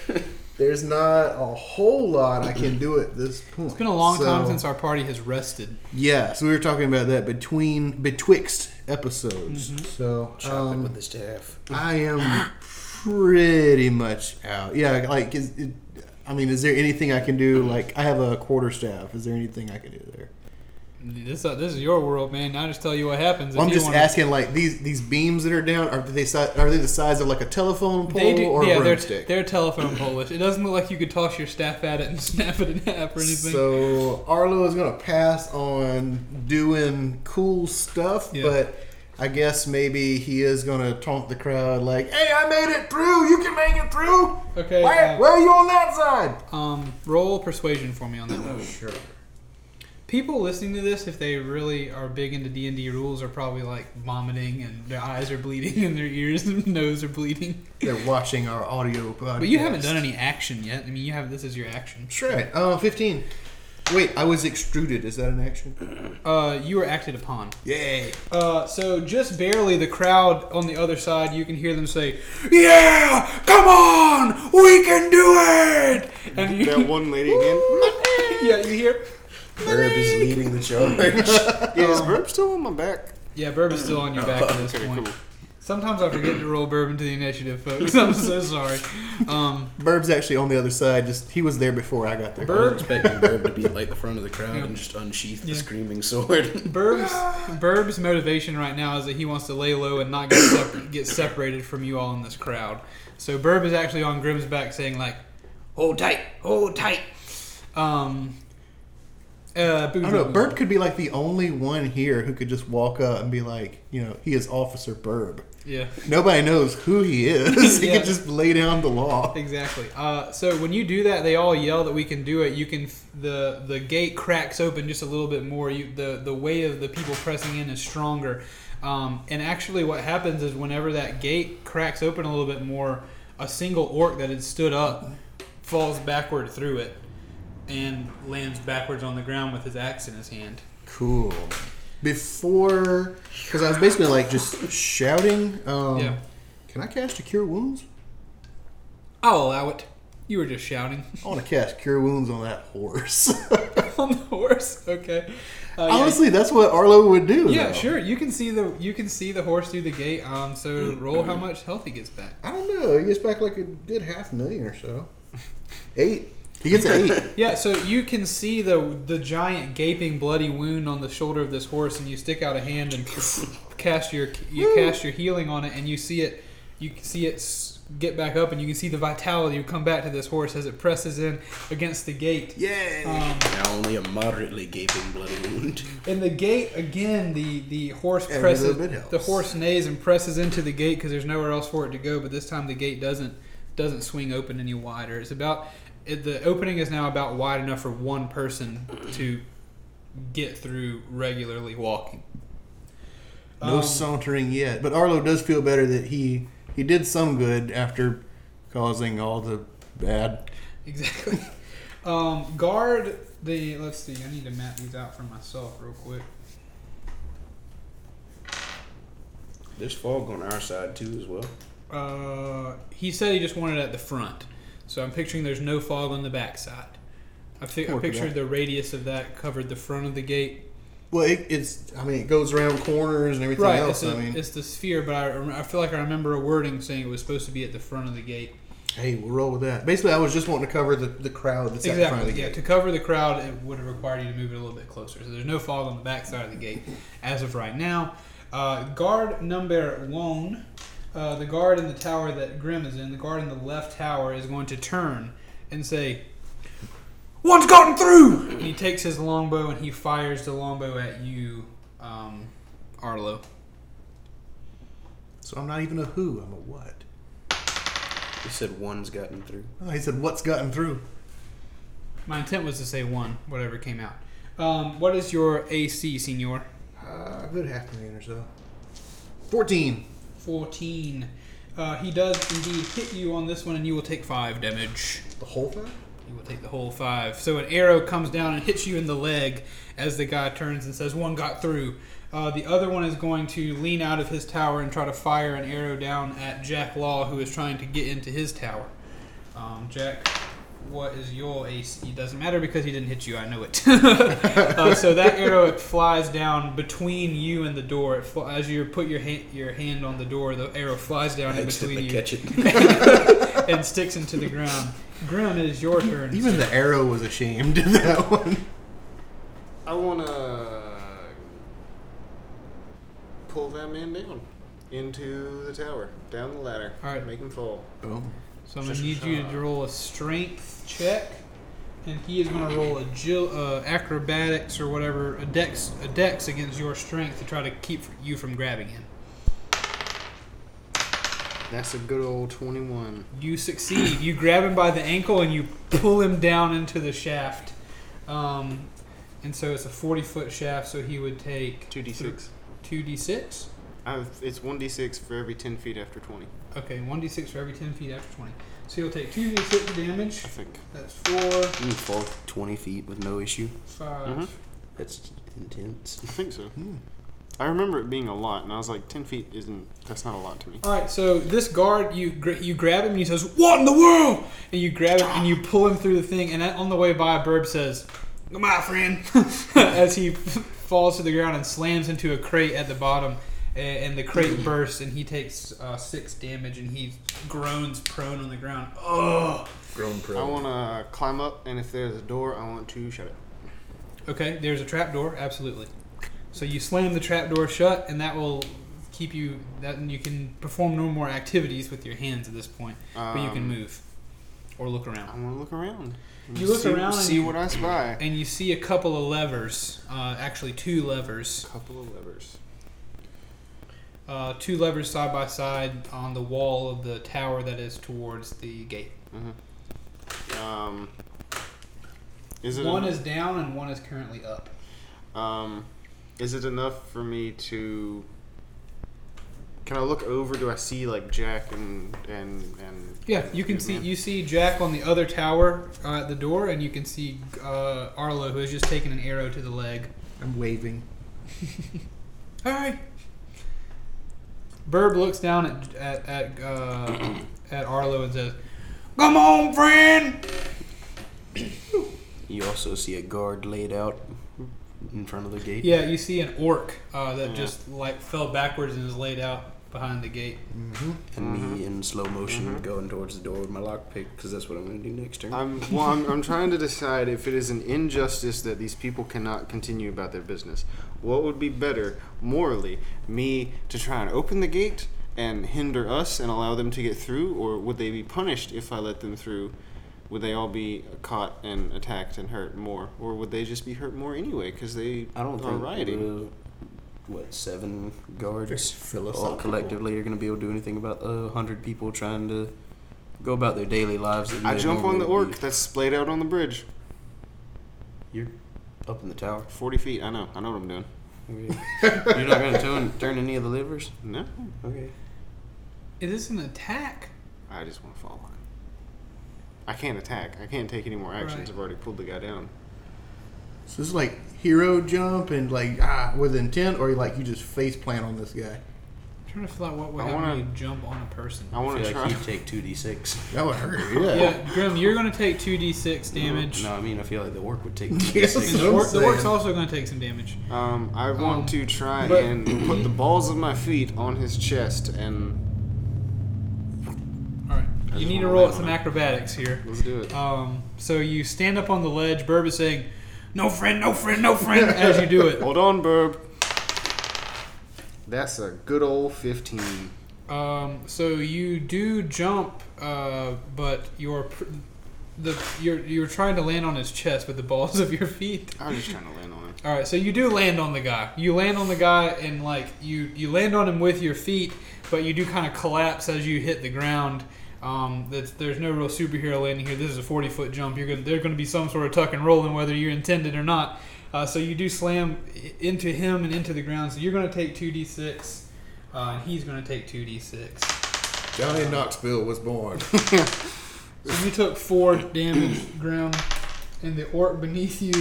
[SPEAKER 2] there's not a whole lot I can do at this point.
[SPEAKER 1] It's been a long time since our party has rested.
[SPEAKER 2] Yeah, so we were talking about that between betwixt episodes.
[SPEAKER 1] Mm-hmm.
[SPEAKER 2] So
[SPEAKER 4] Chop it
[SPEAKER 2] um,
[SPEAKER 4] with the staff.
[SPEAKER 2] I am pretty much out. Yeah, like is it, I mean, is there anything I can do? Like I have a quarter staff. Is there anything I can do there?
[SPEAKER 1] This uh, this is your world, man. I just tell you what happens. if
[SPEAKER 2] I'm
[SPEAKER 1] you
[SPEAKER 2] just
[SPEAKER 1] wanna-
[SPEAKER 2] asking. Like these these beams that are down are they si- are they the size of like a telephone pole
[SPEAKER 1] They do,
[SPEAKER 2] or
[SPEAKER 1] yeah,
[SPEAKER 2] a
[SPEAKER 1] they're,
[SPEAKER 2] broomstick?
[SPEAKER 1] they're telephone Polish. It doesn't look like you could toss your staff at it and snap it in half or anything.
[SPEAKER 2] So Arlo is gonna pass on doing cool stuff,
[SPEAKER 1] Yeah.
[SPEAKER 2] but I guess maybe he is gonna taunt the crowd like, "Hey, I made it through. You can make it through.
[SPEAKER 1] okay.
[SPEAKER 2] Where,
[SPEAKER 1] uh,
[SPEAKER 2] where are you on that side?"
[SPEAKER 1] Um, roll persuasion for me on that one.
[SPEAKER 2] Sure.
[SPEAKER 1] People listening to this, if they really are big into D and D rules, are probably like vomiting and their eyes are bleeding and their ears and nose are bleeding.
[SPEAKER 2] They're watching our audio podcast.
[SPEAKER 1] But you haven't done any action yet. I mean, you have this is your action.
[SPEAKER 2] That's right. Uh, fifteen. Wait, I was extruded. Is that an action?
[SPEAKER 1] Uh, you were acted upon.
[SPEAKER 2] Yay!
[SPEAKER 1] Uh, so just barely, the crowd on the other side, you can hear them say,
[SPEAKER 2] Yeah! Come on! We can do it!
[SPEAKER 1] and
[SPEAKER 3] That
[SPEAKER 1] you,
[SPEAKER 3] one lady again.
[SPEAKER 1] yeah, you hear.
[SPEAKER 4] Herb is leading the charge.
[SPEAKER 3] Yeah, is Burp still on my back?
[SPEAKER 1] Yeah, bourbon's still on your back at this
[SPEAKER 3] Okay,
[SPEAKER 1] point.
[SPEAKER 3] cool.
[SPEAKER 1] Sometimes I forget to roll bourbon to the initiative, folks. I'm so sorry. Um,
[SPEAKER 2] Burb's actually on the other side. Just he was there before I got there.
[SPEAKER 4] I was
[SPEAKER 1] Burb,
[SPEAKER 4] expecting Herb to be like the front of the crowd
[SPEAKER 1] Yeah.
[SPEAKER 4] and just unsheath the
[SPEAKER 1] Yeah.
[SPEAKER 4] screaming sword.
[SPEAKER 1] Burb's, Burb's motivation right now is that he wants to lay low and not get, separ- get separated from you all in this crowd. So Burb is actually on Grimm's back saying like, "Hold tight, hold tight." Um, uh,
[SPEAKER 2] I don't know. Burb could be like the only one here who could just walk up and be like, you know, he is Officer Burb.
[SPEAKER 1] Yeah.
[SPEAKER 2] Nobody knows who he is. he
[SPEAKER 1] Yeah.
[SPEAKER 2] could just lay down the law.
[SPEAKER 1] Exactly. Uh, so when you do that, they all yell that we can do it. You can f- the the gate cracks open just a little bit more. You the the weight of the people pressing in is stronger. Um, and actually, what happens is whenever that gate cracks open a little bit more, a single orc that had stood up falls backward through it and lands backwards on the ground with his axe in his hand.
[SPEAKER 2] Cool. Before, because I was basically like just shouting. Um,
[SPEAKER 1] Yeah.
[SPEAKER 2] Can I cast a cure wounds?
[SPEAKER 1] I'll allow it. You were just shouting
[SPEAKER 2] I want to cast cure wounds on that horse.
[SPEAKER 1] on the horse. Okay. Uh, yeah,
[SPEAKER 2] Honestly, that's what Arlo would do.
[SPEAKER 1] Yeah,
[SPEAKER 2] though.
[SPEAKER 1] sure. You can see the you can see the horse through the gate. Um, so roll how much health he gets back.
[SPEAKER 2] I don't know. He gets back like a good half million or so. Eight. He gets an eight.
[SPEAKER 1] Yeah, so you can see the the giant gaping bloody wound on the shoulder of this horse, and you stick out a hand and cast your you cast your healing on it, and you see it you can see it s- get back up, and you can see the vitality come back to this horse as it presses in against the gate.
[SPEAKER 2] Yay!
[SPEAKER 1] Um,
[SPEAKER 4] now only a moderately gaping bloody wound.
[SPEAKER 1] And the gate again. The the horse
[SPEAKER 2] Every
[SPEAKER 1] presses.
[SPEAKER 2] little bit helps.
[SPEAKER 1] The horse neighs and presses into the gate because there's nowhere else for it to go. But this time the gate doesn't doesn't swing open any wider. It's about it, the opening is now about wide enough for one person to get through regularly walking.
[SPEAKER 2] No
[SPEAKER 1] Um,
[SPEAKER 2] sauntering yet, but Arlo does feel better that he he did some good after causing all the bad.
[SPEAKER 1] Exactly. Um, guard the. Let's see. I need to map these out for myself real quick.
[SPEAKER 4] There's fog on our side too, as well.
[SPEAKER 1] Uh, he said he just wanted it at the front, so I'm picturing there's no fog on the backside. I, fi- I
[SPEAKER 2] Work with
[SPEAKER 1] pictured
[SPEAKER 2] that.
[SPEAKER 1] the radius of that covered the front of the gate.
[SPEAKER 2] Well, it, it's. I mean, it goes around corners and everything
[SPEAKER 1] Right,
[SPEAKER 2] else.
[SPEAKER 1] it's,
[SPEAKER 2] I
[SPEAKER 1] a-
[SPEAKER 2] mean,
[SPEAKER 1] it's the sphere, but I, rem- I feel like I remember a wording saying it was supposed to be at the front of the gate.
[SPEAKER 2] hey, we'll roll with that. Basically, I was just wanting to cover the, the crowd that's at the front
[SPEAKER 1] Exactly.
[SPEAKER 2] of the
[SPEAKER 1] Yeah,
[SPEAKER 2] gate.
[SPEAKER 1] to cover the crowd, it would have required you to move it a little bit closer. So there's no fog on the backside of the gate as of right now. Uh, guard number one, uh, the guard in the tower that Grim is in, the guard in the left tower is going to turn and say, "One's gotten through." And he takes his longbow and he fires the longbow at you, um, Arlo.
[SPEAKER 2] So I'm not even a who. I'm a what.
[SPEAKER 4] He said one's gotten through.
[SPEAKER 2] Oh, he said, "What's gotten through?"
[SPEAKER 1] My intent was to say one, whatever came out. Um, what is your AC, Senor?
[SPEAKER 2] Uh, a good half million or so. Fourteen.
[SPEAKER 1] 14. Uh, he does indeed hit you on this one, and you will take 5 damage.
[SPEAKER 2] The whole thing.
[SPEAKER 1] You will take the whole 5. So an arrow comes down and hits you in the leg as the guy turns and says, One got through. Uh, the other one is going to lean out of his tower and try to fire an arrow down at Jack Law, who is trying to get into his tower. Um, Jack, what is your AC? It doesn't matter because he didn't hit you. I know it. uh, so that arrow it flies down between you and the door. It fl- as you put your hand, your hand on the door, the arrow flies down in between you
[SPEAKER 4] catch it.
[SPEAKER 1] and sticks into the ground. Grim, it is your turn.
[SPEAKER 2] Even the arrow was ashamed of that one.
[SPEAKER 3] I want to pull that man down into the tower, down the ladder.
[SPEAKER 1] All right.
[SPEAKER 3] Make him fall.
[SPEAKER 2] Boom.
[SPEAKER 1] So I'm gonna need you to roll a strength check, and he is gonna roll a gil- uh, acrobatics or whatever a dex a dex against your strength to try to keep you from grabbing him.
[SPEAKER 3] That's a good old 21.
[SPEAKER 1] You succeed. You grab him by the ankle and you pull him down into the shaft. Um, and so it's a 40 foot shaft, so he would take
[SPEAKER 3] 2d6.
[SPEAKER 1] 2d6.
[SPEAKER 3] I've, it's 1d6 for every 10 feet after 20,
[SPEAKER 1] Okay, 1d6 for every 10 feet after 20. So he'll take 2d6 damage.
[SPEAKER 3] I think.
[SPEAKER 1] That's 4,
[SPEAKER 4] you fall 20 feet with no issue.
[SPEAKER 1] 5,
[SPEAKER 3] Mhm.
[SPEAKER 4] That's intense.
[SPEAKER 3] I think so. I remember it being a lot, and I was like, 10 feet isn't, that's not a lot to me.
[SPEAKER 1] All right, so this guard, you gr- you grab him and he says, "What in the world?" And you grab him and you pull him through the thing. And on the way by, Burb says, "Goodbye, friend," as he falls to the ground and slams into a crate at the bottom. a- And the crate bursts and he takes uh, six damage and he groans prone on the ground. Ugh.
[SPEAKER 2] Grown pro.
[SPEAKER 3] I want to climb up, and if there's a door, I want to shut it.
[SPEAKER 1] Okay, there's a trap door, absolutely. So you slam the trap door shut, and that will keep you. That and you can perform no more activities with your hands at this point, but you can
[SPEAKER 3] Um,
[SPEAKER 1] move or look around.
[SPEAKER 3] I want to look around.
[SPEAKER 1] You look
[SPEAKER 3] see,
[SPEAKER 1] around and
[SPEAKER 3] see
[SPEAKER 1] you-
[SPEAKER 3] what I spy.
[SPEAKER 1] and you see a couple of levers, uh, actually two levers,
[SPEAKER 3] couple of levers.
[SPEAKER 1] uh, two levers side by side on the wall of the tower that is towards the gate.
[SPEAKER 3] Um, is it
[SPEAKER 1] one
[SPEAKER 3] en-
[SPEAKER 1] is down and one is currently up.
[SPEAKER 3] um, is it enough for me to? Can I look over? Do I see like Jack and and and?
[SPEAKER 1] Yeah, you can see
[SPEAKER 3] Man.
[SPEAKER 1] you see Jack on the other tower uh, at the door, and you can see uh, Arlo who has just taken an arrow to the leg.
[SPEAKER 2] I'm waving.
[SPEAKER 1] Hi. Burb looks down at at at, uh, at Arlo and says, "Come on, friend."
[SPEAKER 4] You also see a guard laid out in front of the gate.
[SPEAKER 1] Yeah, you see an orc uh, that just like fell backwards and is laid out behind the gate.
[SPEAKER 4] And me in slow motion going towards the door with my lockpick because that's what I'm going to do next turn.
[SPEAKER 3] I'm well. I'm, I'm trying to decide if it is an injustice that these people cannot continue about their business. What would be better morally, me to try and open the gate and hinder us and allow them to get through, or would they be punished if I let them through? Would they all be caught and attacked and hurt more, or would they just be hurt more anyway because they
[SPEAKER 4] I don't
[SPEAKER 3] are
[SPEAKER 4] think
[SPEAKER 3] rioting?
[SPEAKER 4] the, what seven guards
[SPEAKER 2] Very
[SPEAKER 4] all collectively are going to be able to do anything about a hundred people trying to go about their daily lives. that
[SPEAKER 3] I
[SPEAKER 4] they
[SPEAKER 3] jump on
[SPEAKER 4] normally
[SPEAKER 3] the
[SPEAKER 4] would
[SPEAKER 3] orc
[SPEAKER 4] be.
[SPEAKER 3] that's splayed out on the bridge,
[SPEAKER 4] You're up in the tower.
[SPEAKER 3] forty feet. I know. I know what I'm doing.
[SPEAKER 4] Okay. You're not going to turn, turn any of the levers.
[SPEAKER 3] No,
[SPEAKER 4] Okay.
[SPEAKER 1] Is this an attack?
[SPEAKER 3] I just want to fall on. I can't attack. I can't take any more actions.
[SPEAKER 1] Right.
[SPEAKER 3] I've already pulled the guy down.
[SPEAKER 2] So it's like hero jump and like ah with intent, or like you just face plant on this guy.
[SPEAKER 1] I'm trying to fill out what would
[SPEAKER 3] I
[SPEAKER 1] happen
[SPEAKER 3] wanna-
[SPEAKER 1] when you jump on a person.
[SPEAKER 3] I
[SPEAKER 4] I
[SPEAKER 3] want to
[SPEAKER 4] feel
[SPEAKER 3] try.
[SPEAKER 4] like you take two d six.
[SPEAKER 2] That would hurt. Yeah.
[SPEAKER 1] Yeah, Grim, you're going to take 2d6 damage.
[SPEAKER 4] No, I mean I feel like the work would take
[SPEAKER 2] Yes.
[SPEAKER 4] two d
[SPEAKER 1] And the,
[SPEAKER 4] six.
[SPEAKER 1] wor- the work's
[SPEAKER 2] Saying.
[SPEAKER 1] also going to take some damage.
[SPEAKER 3] Um, I want
[SPEAKER 1] Um,
[SPEAKER 3] to try
[SPEAKER 1] but-
[SPEAKER 3] and put the balls of my feet on his chest and
[SPEAKER 1] All right.
[SPEAKER 3] I
[SPEAKER 1] You
[SPEAKER 3] just
[SPEAKER 1] need to
[SPEAKER 3] wanna
[SPEAKER 1] roll
[SPEAKER 3] land
[SPEAKER 1] out some
[SPEAKER 3] on it.
[SPEAKER 1] acrobatics here.
[SPEAKER 3] let's do it.
[SPEAKER 1] Um, so you stand up on the ledge. Burb is saying, "No friend, no friend, no friend," as you do it.
[SPEAKER 3] Hold on, Burb. That's a good old 15.
[SPEAKER 1] Um, so you do jump, uh, but your pr- the you're you're trying to land on his chest with the balls of your feet.
[SPEAKER 3] I was just trying to land on it.
[SPEAKER 1] All right, so you do land on the guy. You land on the guy, and like you you land on him with your feet, but you do kind of collapse as you hit the ground. Um, that's, there's no real superhero landing here. This is a 40 foot jump. You're gonna, there's going to be some sort of tuck and rolling, whether you intended or not. Uh, so you do slam i- into him and into the ground. So you're going to take 2d6, uh, and he's going to take 2d6.
[SPEAKER 2] Johnny Knoxville was born.
[SPEAKER 1] So you took four damage, Grim, and the orc beneath you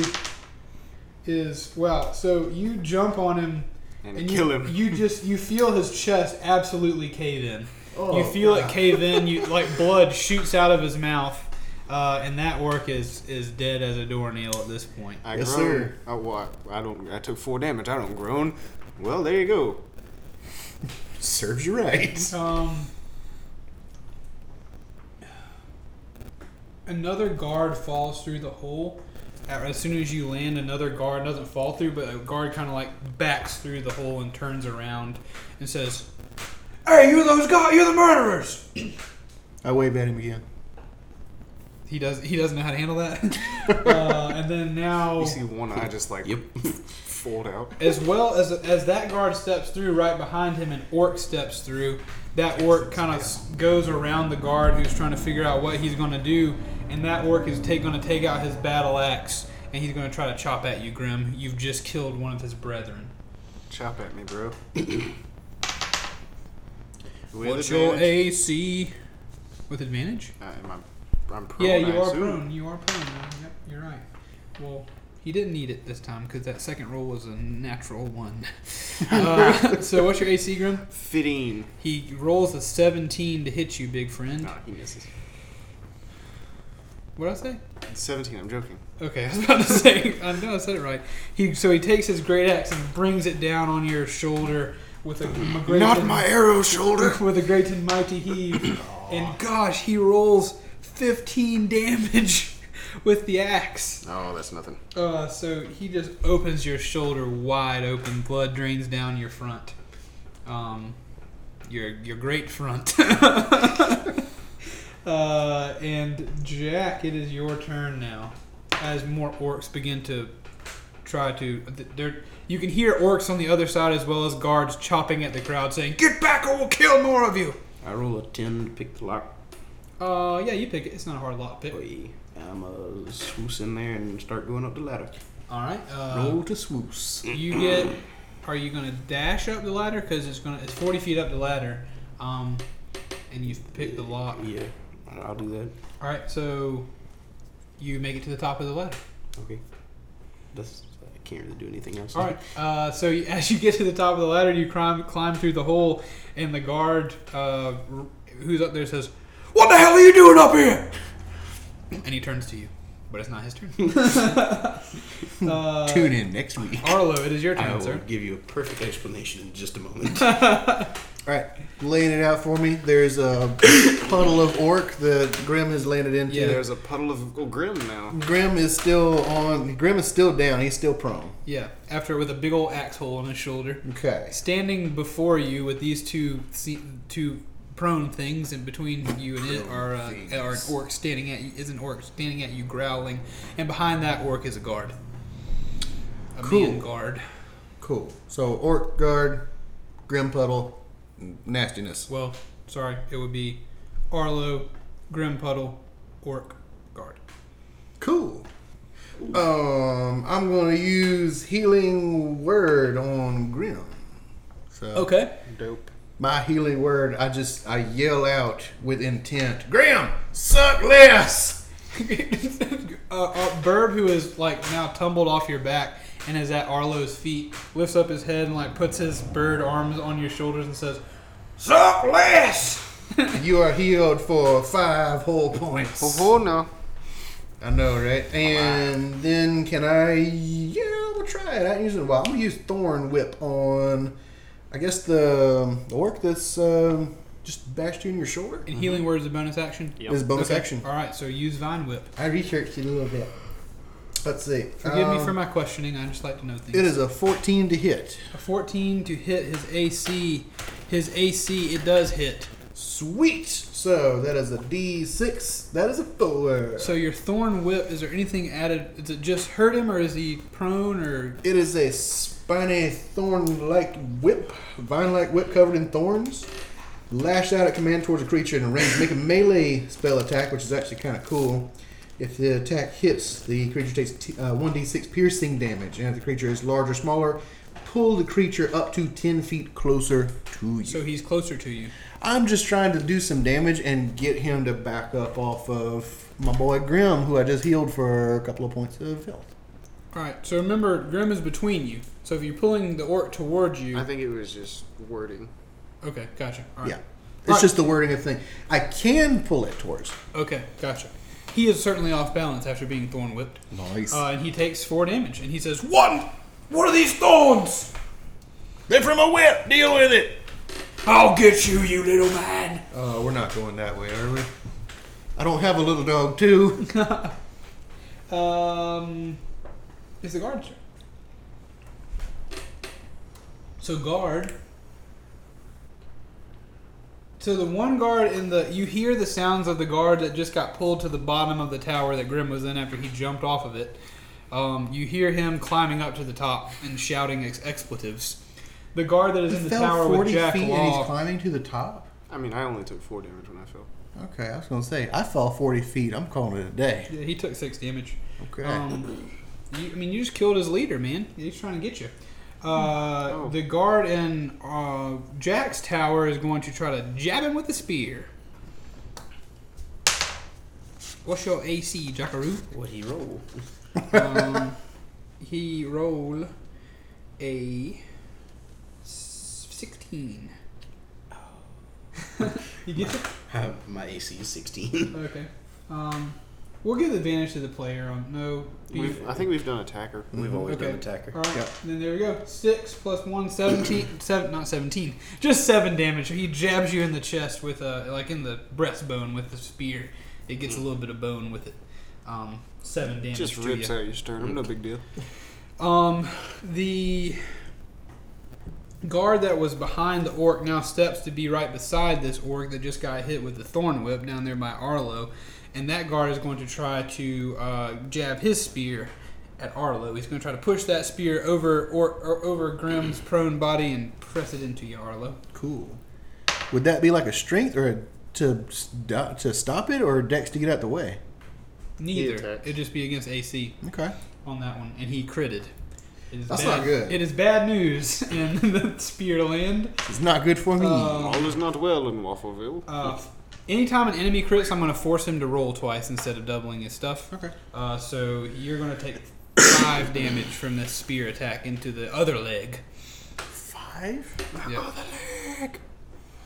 [SPEAKER 1] is wow. So you jump on him
[SPEAKER 3] And,
[SPEAKER 1] and
[SPEAKER 3] kill
[SPEAKER 1] you,
[SPEAKER 3] him.
[SPEAKER 1] You just you feel his chest absolutely cave in.
[SPEAKER 2] Oh,
[SPEAKER 1] you feel
[SPEAKER 2] God.
[SPEAKER 1] it cave in. You like blood shoots out of his mouth, uh, and that work is is dead as a doornail at this point.
[SPEAKER 3] I
[SPEAKER 2] Yes,
[SPEAKER 3] groan.
[SPEAKER 2] sir.
[SPEAKER 3] I, well, I I don't. I took four damage. I don't groan. Well, there you go.
[SPEAKER 2] Serves you right.
[SPEAKER 1] Um, another guard falls through the hole. A- As soon as you land, another guard doesn't fall through, but a guard kind of like backs through the hole and turns around and says, "Hey, you those guys, you're the murderers."
[SPEAKER 2] I wave at him again.
[SPEAKER 1] he does he doesn't know how to handle that. uh, and then now,
[SPEAKER 3] You see one eye just like
[SPEAKER 4] Yep.
[SPEAKER 3] fold out.
[SPEAKER 1] as well as as that guard steps through right behind him, an orc steps through. That orc kind of goes around the guard who's trying to figure out what he's going to do, and that orc is take, going to take out his battle axe and he's going to try to chop at you, Grim. You've just killed one of his brethren.
[SPEAKER 3] Chop at me, bro. With
[SPEAKER 1] What's your
[SPEAKER 3] advantage.
[SPEAKER 1] AC? With advantage?
[SPEAKER 3] Uh, am I, I'm prone.
[SPEAKER 1] Yeah, you
[SPEAKER 3] I
[SPEAKER 1] are
[SPEAKER 3] assume.
[SPEAKER 1] prone. You are prone. man. Yep, you're right. Well, he didn't need it this time because that second roll was a natural one. uh, so what's your AC, Grim?
[SPEAKER 3] Fitting.
[SPEAKER 1] He rolls a 17 to hit you, big friend.
[SPEAKER 3] Nah, he misses.
[SPEAKER 1] What would I say?
[SPEAKER 3] 17. I'm joking.
[SPEAKER 1] Okay, I was about to say. I know I said it right. He so he takes his great axe and brings it down on your shoulder with a, a great
[SPEAKER 3] Not my arrow shoulder.
[SPEAKER 1] with a great and mighty heave, and gosh, he rolls 15 damage with the axe.
[SPEAKER 3] Oh, that's nothing.
[SPEAKER 1] Uh, so he just opens your shoulder wide open. Blood drains down your front. Um, your your great front. uh, and Jack, it is your turn now. As more orcs begin to try to, they're, you can hear orcs on the other side as well as guards chopping at the crowd, saying, "Get back, or we'll kill more of you."
[SPEAKER 4] I roll a ten to pick the lock.
[SPEAKER 1] Uh, yeah, you pick it. It's not a hard lot pick.
[SPEAKER 4] Boy, I'm a swoos in there and start going up the ladder.
[SPEAKER 1] All right. Uh,
[SPEAKER 2] Roll to swoos.
[SPEAKER 1] You get. Are you gonna dash up the ladder? Cause it's gonna. It's forty feet up the ladder. Um, and you pick the lock.
[SPEAKER 4] Yeah, I'll do that.
[SPEAKER 1] All right, so you make it to the top of the ladder.
[SPEAKER 4] Okay. That's I can't really do anything else.
[SPEAKER 1] All right. Uh, so you- as you get to the top of the ladder, you climb climb through the hole, and the guard uh, r- who's up there says, "What the hell are you doing up here?" And he turns to you, but it's not his turn. uh,
[SPEAKER 2] Tune in next week.
[SPEAKER 1] Arlo, it is your
[SPEAKER 4] I
[SPEAKER 1] turn,
[SPEAKER 4] will
[SPEAKER 1] sir.
[SPEAKER 4] give you a perfect explanation in just a moment.
[SPEAKER 2] All right, laying it out for me. There's a puddle of orc that Grim has landed into.
[SPEAKER 1] Yeah.
[SPEAKER 3] There's a puddle of oh, grim now.
[SPEAKER 2] Grim is still on. Grim is still down. He's still prone.
[SPEAKER 1] Yeah, after with a big old axe hole on his shoulder.
[SPEAKER 2] Okay.
[SPEAKER 1] Standing before you with these two se- two prone things, and between you and it are, uh, are an orc standing at you. Is an orc standing at you growling, and behind that orc is a guard, a
[SPEAKER 2] Cool.
[SPEAKER 1] man guard.
[SPEAKER 2] Cool. So orc guard, Grim puddle, nastiness.
[SPEAKER 1] Well, sorry, it would be Arlo, Grimpuddle, orc guard.
[SPEAKER 2] Cool. Um, I'm gonna use healing word on Grim. So
[SPEAKER 1] Okay.
[SPEAKER 3] Dope.
[SPEAKER 2] my Healy word, I just I yell out with intent, Graham, suck less.
[SPEAKER 1] uh, uh, Burb, who is like now tumbled off your back and is at Arlo's feet, lifts up his head and like puts his bird arms on your shoulders and says,
[SPEAKER 4] Suck less!
[SPEAKER 2] you are healed for five whole points.
[SPEAKER 3] Oh, no.
[SPEAKER 2] I know, right? And then can I? Yeah, we'll try it. I haven't used it in a while. I'm gonna use Thorn Whip on, I guess the the orc that's um, just bashed you in your shoulder.
[SPEAKER 1] "And healing words a bonus action."
[SPEAKER 2] Is bonus
[SPEAKER 1] Okay.
[SPEAKER 2] action.
[SPEAKER 1] All right, so use Vine Whip.
[SPEAKER 2] I researched it a little bit. Let's see.
[SPEAKER 1] Forgive me
[SPEAKER 2] Um,
[SPEAKER 1] for my questioning. I just like to know things.
[SPEAKER 2] It is a 14 to hit.
[SPEAKER 1] a 14 to hit his AC. His AC it does hit.
[SPEAKER 2] Sweet. So that is a D6. That is a four.
[SPEAKER 1] So your thorn whip. Is there anything added? Does it just hurt him, or is he prone, or
[SPEAKER 2] It is a spiny thorn-like whip, vine-like whip covered in thorns. Lash out at command towards a creature in range. Make a melee spell attack, which is actually kind of cool. If the attack hits, the creature takes t- uh, 1d6 piercing damage, and if the creature is large or smaller, pull the creature up to 10 feet closer to you.
[SPEAKER 1] so he's closer to you?
[SPEAKER 2] I'm just trying to do some damage and get him to back up off of my boy Grim, who I just healed for a couple of points of health.
[SPEAKER 1] All right. So remember, Grim is between you. So if you're pulling the orc towards you,
[SPEAKER 3] I think it was just wording.
[SPEAKER 1] okay, gotcha. All right.
[SPEAKER 2] Yeah. It's
[SPEAKER 1] Right.
[SPEAKER 2] just the wording of thing. I can pull it towards.
[SPEAKER 1] Okay, gotcha. He is certainly off balance after being thorn whipped,
[SPEAKER 2] Nice.
[SPEAKER 1] uh, and he takes four damage. And he says, "What?"
[SPEAKER 4] What? What are these thorns? They're from a whip. Deal with it. I'll get you, you little man.
[SPEAKER 2] Uh, we're not going that way, are we? I don't have a little dog, too.
[SPEAKER 1] Um, it's the guard's turn. So guard. So the one guard in the you hear the sounds of the guard that just got pulled to the bottom of the tower that Grim was in after he jumped off of it. Um, you hear him climbing up to the top and shouting ex- expletives. The guard that is in the tower with Jack
[SPEAKER 2] and he's
[SPEAKER 1] Law.
[SPEAKER 2] climbing to the top?
[SPEAKER 3] I mean, I only took four damage when I fell.
[SPEAKER 2] Okay, I was going to say, I fell 40 feet. I'm calling it a day.
[SPEAKER 1] Yeah, he took six damage.
[SPEAKER 2] Okay.
[SPEAKER 1] Um, you, I mean, you just killed his leader, man. He's trying to get you. Uh,
[SPEAKER 3] Oh.
[SPEAKER 1] The guard in uh, Jack's tower is going to try to jab him with a spear. What's your AC, Jackaroo?
[SPEAKER 4] What he roll?
[SPEAKER 1] um, he roll a s- sixteen. you get it?
[SPEAKER 4] Have my AC is sixteen.
[SPEAKER 1] Okay. Um, we'll give the advantage to the player on no. beef.
[SPEAKER 3] We've, I think we've done attacker.
[SPEAKER 1] Mm-hmm.
[SPEAKER 4] We've always
[SPEAKER 1] Okay.
[SPEAKER 4] been attacker.
[SPEAKER 1] All right.
[SPEAKER 2] Yep.
[SPEAKER 1] Then there we go. Six plus one, 17. seven, not 17. Just seven damage. He jabs you in the chest with a, like in the breastbone with the spear. It gets a
[SPEAKER 4] Hmm.
[SPEAKER 1] little bit of bone with it. Um, seven damage
[SPEAKER 3] Just
[SPEAKER 1] to
[SPEAKER 3] rips
[SPEAKER 1] you.
[SPEAKER 3] out your sternum. No big deal.
[SPEAKER 1] Um, the guard that was behind the orc now steps to be right beside this orc that just got hit with the thorn whip down there by Arlo, and that guard is going to try to uh, jab his spear at Arlo. He's going to try to push that spear over or, or over Grim's prone body and press it into you, Arlo.
[SPEAKER 2] cool. Would that be like a strength or a, to, st- to stop it or a dex to get out the way?
[SPEAKER 1] Neither.
[SPEAKER 3] attacks.
[SPEAKER 1] It'd just be against AC
[SPEAKER 2] Okay.
[SPEAKER 1] on that one, and he critted. It is
[SPEAKER 2] That's
[SPEAKER 1] bad-
[SPEAKER 2] not good.
[SPEAKER 1] It is bad news in the spear land.
[SPEAKER 2] It's not good for me.
[SPEAKER 1] Um,
[SPEAKER 3] All is not well in Waffleville.
[SPEAKER 1] Uh, anytime an enemy crits, I'm going to force him to roll twice instead of doubling his stuff.
[SPEAKER 2] Okay.
[SPEAKER 1] Uh, so you're going to take five damage from this spear attack into the other leg.
[SPEAKER 2] Five?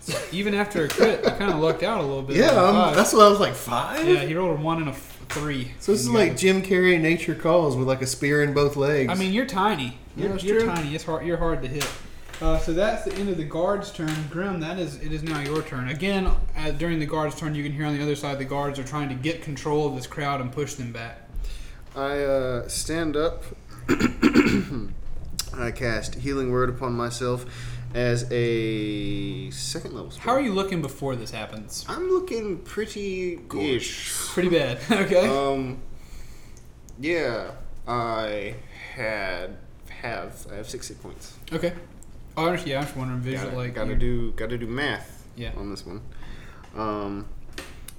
[SPEAKER 1] Yep. Even after a crit, I kind of lucked out a little bit.
[SPEAKER 2] Yeah,
[SPEAKER 1] on the
[SPEAKER 2] I'm,
[SPEAKER 1] five.
[SPEAKER 2] that's what I was like, five?
[SPEAKER 1] yeah. He rolled a one and a f- three.
[SPEAKER 2] So this is like Jim Carrey, nature calls, with like a spear in both legs.
[SPEAKER 1] I mean, you're tiny.
[SPEAKER 2] Yeah,
[SPEAKER 1] You're,
[SPEAKER 2] that's
[SPEAKER 1] you're
[SPEAKER 2] true.
[SPEAKER 1] tiny. It's hard. You're hard to hit. Uh, so that's the end of the guard's turn. Grim, that is. It is now your turn. Again, uh, during the guard's turn, you can hear on the other side the guards are trying to get control of this crowd and push them back.
[SPEAKER 3] I uh, stand up. I cast Healing Word upon myself as a second level spell.
[SPEAKER 1] How are you looking before this happens?
[SPEAKER 3] I'm looking pretty ish.
[SPEAKER 1] Pretty bad. Okay.
[SPEAKER 3] Um, yeah, I had have I have sixty points.
[SPEAKER 1] okay. Oh, I was- yeah, I was wondering visually.
[SPEAKER 3] Gotta,
[SPEAKER 1] like,
[SPEAKER 3] gotta
[SPEAKER 1] you-
[SPEAKER 3] do gotta do math.
[SPEAKER 1] Yeah.
[SPEAKER 3] On this one. Um,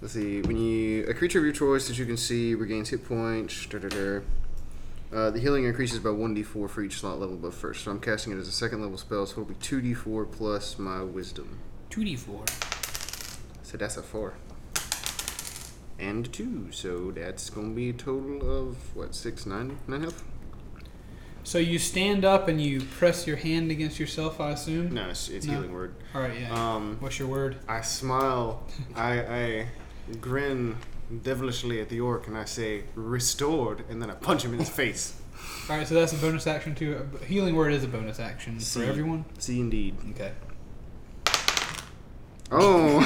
[SPEAKER 3] let's see. When you a creature of your choice that you can see regains hit points. Da, da, da. Uh, the healing increases by 1d4 for each slot level but first. So I'm casting it as a second level spell, so it'll be 2d4 plus my wisdom.
[SPEAKER 1] 2d4.
[SPEAKER 3] So that's a 4. And 2. So that's going to be a total of, what, 6, 9, 9 health?
[SPEAKER 1] So you stand up and you press your hand against yourself, I assume?
[SPEAKER 3] No, it's, it's
[SPEAKER 1] No.
[SPEAKER 3] healing word.
[SPEAKER 1] Alright, yeah.
[SPEAKER 3] Um,
[SPEAKER 1] What's your word?
[SPEAKER 3] I smile, I, I grin devilishly at the orc, and I say, restored, and then I punch him in his face.
[SPEAKER 1] Alright, so that's a bonus action too. A b- Healing word is a bonus action
[SPEAKER 3] See.
[SPEAKER 1] for everyone.
[SPEAKER 3] See, indeed.
[SPEAKER 1] Okay.
[SPEAKER 3] Oh!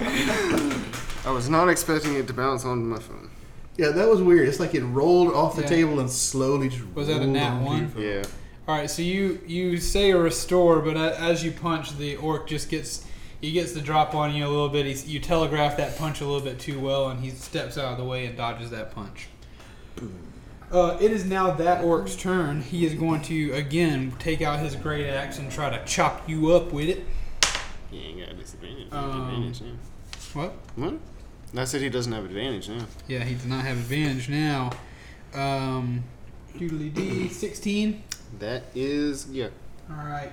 [SPEAKER 1] Oh
[SPEAKER 3] I was not expecting it to bounce onto my phone.
[SPEAKER 2] Yeah, that was weird. It's like it rolled off the
[SPEAKER 1] Yeah.
[SPEAKER 2] table and slowly just
[SPEAKER 1] Was that a
[SPEAKER 2] rolled
[SPEAKER 1] nat
[SPEAKER 2] onto
[SPEAKER 1] one?
[SPEAKER 2] your phone.
[SPEAKER 3] Yeah.
[SPEAKER 1] no! Alright, so you you say a restore, but a- as you punch, the orc just gets he gets the drop on you a little bit. He's, you telegraph that punch a little bit too well, and he steps out of the way and dodges that punch. Uh, it is now that orc's turn. He is going to again take out his great axe and try to chop you up with it.
[SPEAKER 3] He ain't got disadvantage.
[SPEAKER 1] Um,
[SPEAKER 3] advantage now.
[SPEAKER 1] What?
[SPEAKER 3] What? I said he doesn't have advantage now.
[SPEAKER 1] Yeah, he does not have advantage now. Um, doodly dee, 16.
[SPEAKER 3] That is yeah.
[SPEAKER 1] All right.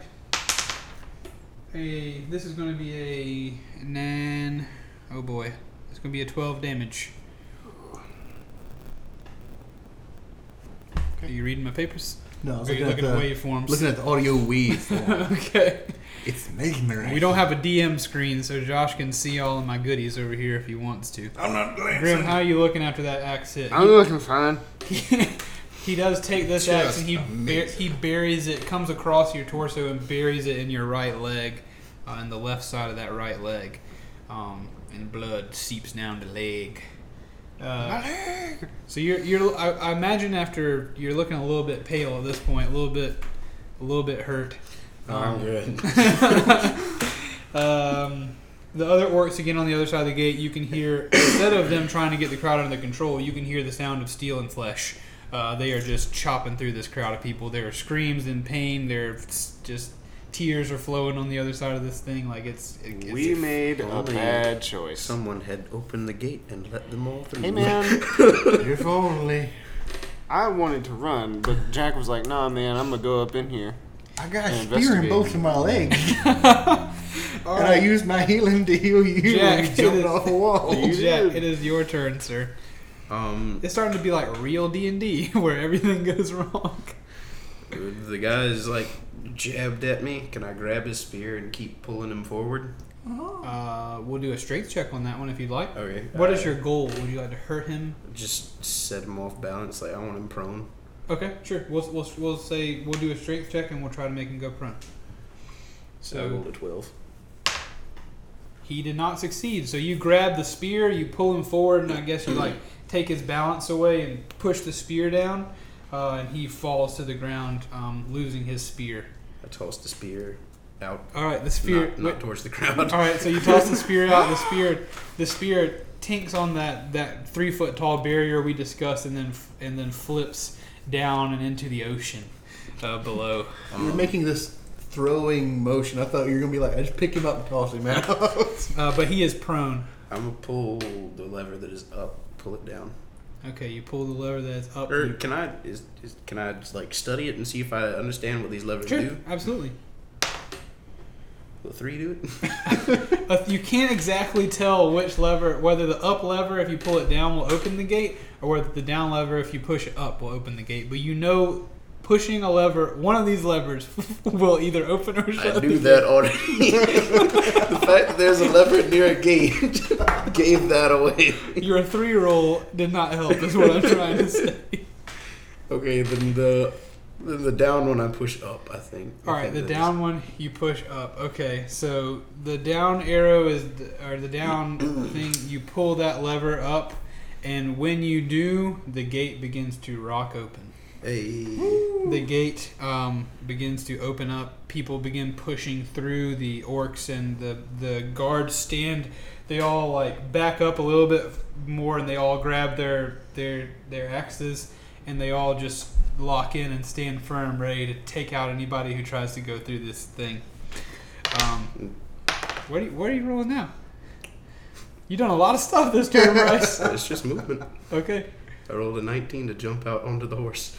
[SPEAKER 1] A, this is going to be a nan. Oh boy, it's going to be a 12 damage. Are you reading my papers?
[SPEAKER 2] No, I was
[SPEAKER 1] Are you
[SPEAKER 2] looking,
[SPEAKER 1] looking
[SPEAKER 2] at,
[SPEAKER 1] at
[SPEAKER 2] the,
[SPEAKER 1] waveforms?
[SPEAKER 2] looking at the audio weed. form.
[SPEAKER 1] okay.
[SPEAKER 2] it's making me.
[SPEAKER 1] We don't have a DM screen, so Josh can see all of my goodies over here if he wants to.
[SPEAKER 2] I'm not
[SPEAKER 1] Grim, how are you looking after that axe hit?
[SPEAKER 3] I'm looking fine.
[SPEAKER 1] he does take this axe
[SPEAKER 2] Just
[SPEAKER 1] and he bur-
[SPEAKER 2] amazing.
[SPEAKER 1] he buries it, comes across your torso and buries it in your right leg, uh, in the left side of that right leg, um, and blood seeps down the leg. Uh, so you're you're I, I imagine after you're looking a little bit pale at this point, a little bit a little bit hurt.
[SPEAKER 4] I'm good.
[SPEAKER 1] um, the other orcs again on the other side of the gate. You can hear instead of them trying to get the crowd under control, you can hear the sound of steel and flesh. Uh, they are just chopping through this crowd of people. There are screams in pain. There are s- just tears are flowing on the other side of this thing. Like it's, it- it's
[SPEAKER 3] We made a
[SPEAKER 4] only
[SPEAKER 3] bad choice.
[SPEAKER 4] Someone had opened the gate and let them all through.
[SPEAKER 3] hey man,
[SPEAKER 2] if only
[SPEAKER 3] I wanted to run, but Jack was like, "Nah, man, I'm gonna go up in here."
[SPEAKER 2] I got a
[SPEAKER 3] And
[SPEAKER 2] spear in
[SPEAKER 3] investigate.
[SPEAKER 2] both of my legs,
[SPEAKER 1] All
[SPEAKER 2] and I
[SPEAKER 1] right,
[SPEAKER 2] used my healing to heal you
[SPEAKER 1] Jack,
[SPEAKER 2] when you jumped
[SPEAKER 1] it is-
[SPEAKER 2] off a wall.
[SPEAKER 3] You
[SPEAKER 1] Jack,
[SPEAKER 3] did.
[SPEAKER 1] it is your turn, sir.
[SPEAKER 4] Um,
[SPEAKER 1] It's starting to be like real D and D where everything goes wrong.
[SPEAKER 4] the guy is like jabbed at me. Can I grab his spear and keep pulling him forward?
[SPEAKER 1] Uh, we'll do a strength check on that one if you'd like.
[SPEAKER 4] Okay. Uh,
[SPEAKER 1] What is your goal? Would you like to hurt him?
[SPEAKER 4] Just set him off balance. Like I want him prone.
[SPEAKER 1] Okay, sure. We'll, we'll, we'll say we'll do a strength check and we'll try to make him go prone.
[SPEAKER 4] So I
[SPEAKER 1] So-
[SPEAKER 4] rolled a twelve.
[SPEAKER 1] He did not succeed. So you grab the spear, you pull him forward, and I guess you like take his balance away and push the spear down, uh, and he falls to the ground, um, losing his spear.
[SPEAKER 4] I tossed the spear out.
[SPEAKER 1] All right, the spear.
[SPEAKER 4] Not, not towards the crowd.
[SPEAKER 1] All right, so you toss the spear out. The spear, the spear tinks on that that three foot tall barrier we discussed, and then f- and then flips down and into the ocean uh, below.
[SPEAKER 2] You were making this throwing motion. I thought you were gonna be like, I just pick him up and toss him out.
[SPEAKER 1] Uh, but he is prone.
[SPEAKER 4] I'm gonna pull the lever that is up. Pull it down.
[SPEAKER 1] Okay, you pull the lever that's up.
[SPEAKER 4] Or can I is, is can I just like study it and see if I understand what these levers
[SPEAKER 1] Sure,
[SPEAKER 4] do?
[SPEAKER 1] absolutely.
[SPEAKER 4] Will three do it?
[SPEAKER 1] Uh, you can't exactly tell which lever, whether the up lever, if you pull it down, will open the gate, or whether the down lever, if you push it up, will open the gate. But you know, pushing a lever, one of these levers will either open or shut.
[SPEAKER 4] I
[SPEAKER 1] the
[SPEAKER 4] knew that already. the fact that there's a lever near a gate gave that away.
[SPEAKER 1] Your three roll did not help, is what I'm trying to say.
[SPEAKER 4] Okay, then the then the down one I push up. I think.
[SPEAKER 1] All right, the
[SPEAKER 4] Okay,
[SPEAKER 1] down one you push up. Okay, so the down arrow is, the, or the down thing, you pull that lever up, and when you do, the gate begins to rock open.
[SPEAKER 4] Hey,
[SPEAKER 1] The gate um, begins to open up. People begin pushing through. The orcs and the the guards stand. They all like back up a little bit more, and they all grab their their their axes, and they all just lock in and stand firm, ready to take out anybody who tries to go through this thing. Um, what are you, what are you rolling now? You done a lot of stuff this turn, Bryce.
[SPEAKER 4] it's just movement.
[SPEAKER 1] Okay.
[SPEAKER 4] I rolled a 19 to jump out onto the horse.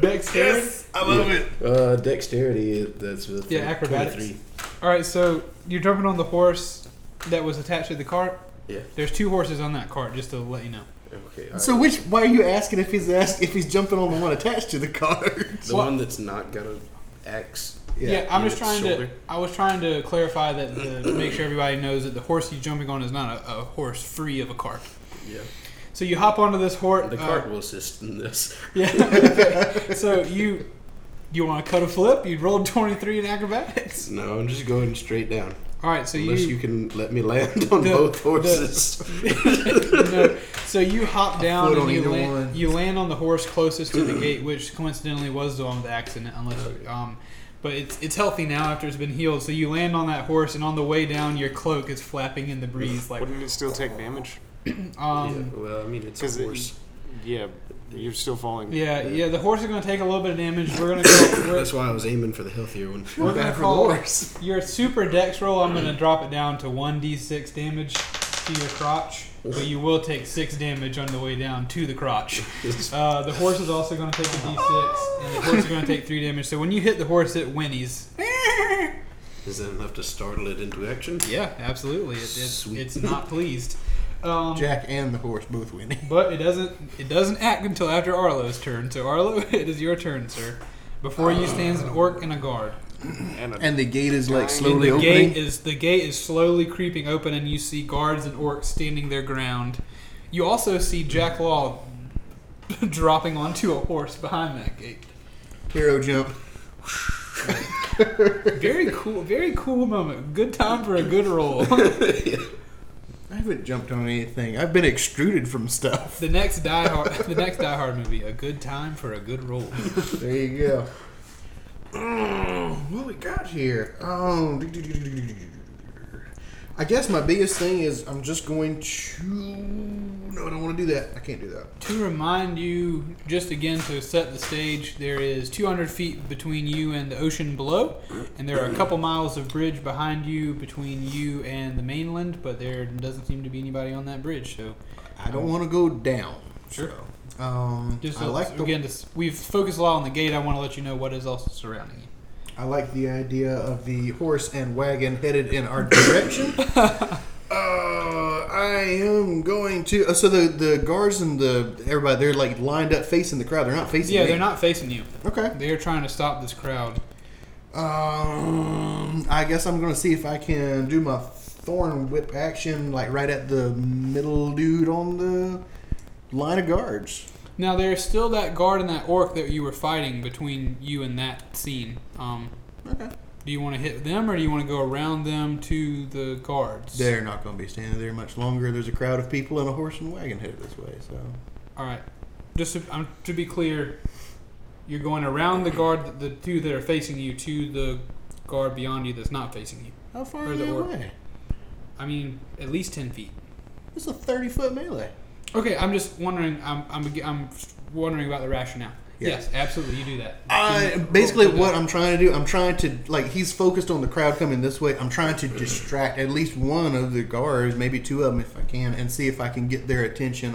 [SPEAKER 1] Dexterity.
[SPEAKER 4] I love it.
[SPEAKER 5] Uh, dexterity. That's with
[SPEAKER 1] Yeah, acrobatics. All right, so you're jumping on the horse that was attached to the cart.
[SPEAKER 4] Yeah.
[SPEAKER 1] There's two horses on that cart, just to let you know.
[SPEAKER 4] Okay. all
[SPEAKER 2] So
[SPEAKER 4] right.
[SPEAKER 2] which? Why are you asking if he's ask, if he's jumping on the one attached to the card?
[SPEAKER 4] the
[SPEAKER 1] what-
[SPEAKER 4] one that's not got an axe.
[SPEAKER 1] Yeah, I'm just trying
[SPEAKER 4] shoulder.
[SPEAKER 1] to. I was trying to clarify that the, make sure everybody knows that the horse you're jumping on is not a, a horse free of a cart.
[SPEAKER 4] Yeah.
[SPEAKER 1] So you hop onto this horse.
[SPEAKER 4] The cart will assist in this.
[SPEAKER 1] yeah. so you you want to cut a flip? You rolled 23 in acrobatics.
[SPEAKER 4] No, I'm just going straight down.
[SPEAKER 1] All right, so
[SPEAKER 4] Unless
[SPEAKER 1] you
[SPEAKER 4] you can let me land on
[SPEAKER 1] The-
[SPEAKER 4] both
[SPEAKER 1] the-
[SPEAKER 4] horses.
[SPEAKER 1] no. So you hop down
[SPEAKER 2] foot
[SPEAKER 1] and
[SPEAKER 2] on
[SPEAKER 1] you
[SPEAKER 2] either
[SPEAKER 1] land,
[SPEAKER 2] one.
[SPEAKER 1] you land on the horse closest to the gate, which coincidentally was the one with the accident, unless you, um. But it's, it's healthy now after it's been healed. So you land on that horse, and on the way down, your cloak is flapping in the breeze. Like,
[SPEAKER 3] Wouldn't it still take damage?
[SPEAKER 1] um,
[SPEAKER 4] yeah, well, I mean, it's
[SPEAKER 3] Because
[SPEAKER 4] a
[SPEAKER 3] it-
[SPEAKER 4] horse.
[SPEAKER 3] Yeah, you're still falling.
[SPEAKER 1] yeah. yeah, The horse is going to take a little bit of damage. We're going to go. We're,
[SPEAKER 4] That's why I was aiming for the healthier one.
[SPEAKER 1] we're going
[SPEAKER 2] Bad
[SPEAKER 1] to
[SPEAKER 2] for
[SPEAKER 1] call
[SPEAKER 2] the horse.
[SPEAKER 1] your super dex roll. I'm going to drop it down to one d6 damage to your crotch, but you will take six damage on the way down to the crotch. Uh, the horse is also going to take a d6, and the horse is going to take 3 damage. So when you hit the horse, it whinnies.
[SPEAKER 4] Is that enough to startle it into action?
[SPEAKER 1] Yeah, absolutely. It, it's
[SPEAKER 4] Sweet.
[SPEAKER 1] it's not pleased. Um,
[SPEAKER 2] Jack and the horse both winning.
[SPEAKER 1] but it doesn't it doesn't act until after Arlo's turn. So Arlo, it is your turn, sir. Before you stands an orc and a guard.
[SPEAKER 3] And a,
[SPEAKER 2] And the gate is
[SPEAKER 3] And
[SPEAKER 2] like slowly
[SPEAKER 1] the
[SPEAKER 2] opening.
[SPEAKER 1] gate is the gate is slowly creeping open, and you see guards and orcs standing their ground. You also see Jack Law dropping onto a horse behind that gate.
[SPEAKER 2] Hero jump.
[SPEAKER 1] Very cool, very cool moment. Good time for a good roll.
[SPEAKER 2] I haven't jumped on anything. I've been extruded from stuff.
[SPEAKER 1] the next Die Hard, the next Die Hard movie, a good time for a good roll.
[SPEAKER 2] There you go. Mm, what we got here? Oh, I guess my biggest thing is I'm just going to. No, I don't want to do that. I can't do that.
[SPEAKER 1] To remind you, just again to set the stage, there is 200 feet between you and the ocean below, and there are a couple miles of bridge behind you between you and the mainland, but there doesn't seem to be anybody on that bridge, so
[SPEAKER 2] I don't want to go down.
[SPEAKER 1] Sure.
[SPEAKER 2] So, um,
[SPEAKER 1] just
[SPEAKER 2] I
[SPEAKER 1] to-
[SPEAKER 2] like the
[SPEAKER 1] again, to s we've focused a lot on the gate. I want to let you know what is also surrounding you.
[SPEAKER 2] I like the idea of the horse and wagon headed in our direction. uh, I am going to. Uh, so the the guards and the everybody they're like lined up facing the crowd. They're not facing.
[SPEAKER 1] Yeah,
[SPEAKER 2] me.
[SPEAKER 1] they're not facing you.
[SPEAKER 2] Okay.
[SPEAKER 1] They are trying to stop this crowd.
[SPEAKER 2] Um, I guess I'm gonna see if I can do my thorn whip action like right at the middle dude on the line of guards.
[SPEAKER 1] Now there's still that guard and that orc that you were fighting between you and that scene. Um,
[SPEAKER 2] Okay.
[SPEAKER 1] do you want to hit them or do you want to go around them to the guards?
[SPEAKER 2] They're not gonna be standing there much longer. There's a crowd of people and a horse and wagon headed this way. So
[SPEAKER 1] All right. Just to, um, to be clear, you're going around the guard, the two that are facing you, to the guard beyond you that's not facing you.
[SPEAKER 2] how far are
[SPEAKER 1] Where's
[SPEAKER 2] they
[SPEAKER 1] it work?
[SPEAKER 2] away?
[SPEAKER 1] I mean, at least ten feet.
[SPEAKER 2] It's a thirty foot melee.
[SPEAKER 1] Okay, I'm just wondering. I'm I'm I'm wondering about the rationale.
[SPEAKER 2] Yeah.
[SPEAKER 1] Yes, absolutely, you do that.
[SPEAKER 2] I,
[SPEAKER 1] Can you-
[SPEAKER 2] basically,
[SPEAKER 1] roll for
[SPEAKER 2] what
[SPEAKER 1] that?
[SPEAKER 2] I'm trying to do, I'm trying to like he's focused on the crowd coming this way. I'm trying to distract at least one of the guards, maybe two of them if I can, and see if I can get their attention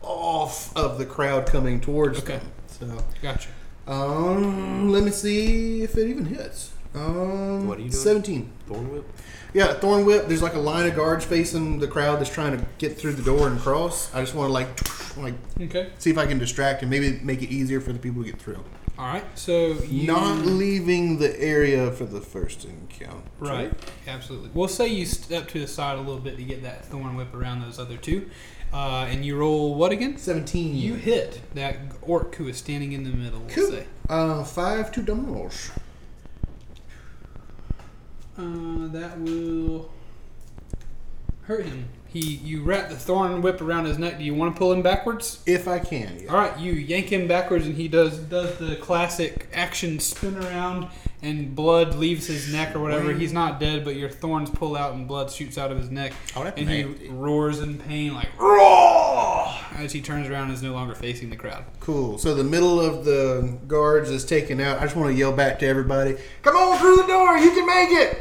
[SPEAKER 2] off of the crowd coming towards
[SPEAKER 1] Okay.
[SPEAKER 2] them. So,
[SPEAKER 1] gotcha.
[SPEAKER 2] um, let me see if it even hits. Um,
[SPEAKER 4] What are you doing?
[SPEAKER 2] Seventeen.
[SPEAKER 4] Thorn whip?
[SPEAKER 2] Yeah, thorn whip. There's like a line of guards facing the crowd that's trying to get through the door and cross. I just want to like, like
[SPEAKER 1] Okay.
[SPEAKER 2] see if I can distract and maybe make it easier for the people to get through
[SPEAKER 1] All right. So you
[SPEAKER 2] not leaving the area for the first encounter.
[SPEAKER 1] Right. Absolutely. We'll say you step to the side a little bit to get that thorn whip around those other two, uh, and you roll what again?
[SPEAKER 2] 17.
[SPEAKER 1] You hit that orc who is standing in the middle. We'll
[SPEAKER 2] Cool.
[SPEAKER 1] say.
[SPEAKER 2] Uh, 5 to damage.
[SPEAKER 1] Uh, that will hurt him. He, you wrap the thorn whip around his neck. Do you want to pull him backwards?
[SPEAKER 2] If I can, yeah.
[SPEAKER 1] All right, you yank him backwards, and he does does the classic action spin around, and blood leaves his neck or whatever. He's not dead, but your thorns pull out, and blood shoots out of his neck,
[SPEAKER 2] Oh, that's
[SPEAKER 1] and he
[SPEAKER 2] nasty.
[SPEAKER 1] roars in pain like roar as he turns around and is no longer facing the crowd.
[SPEAKER 2] Cool. So the middle of the guards is taken out. I just want to yell back to everybody Come on through the door! You can make it!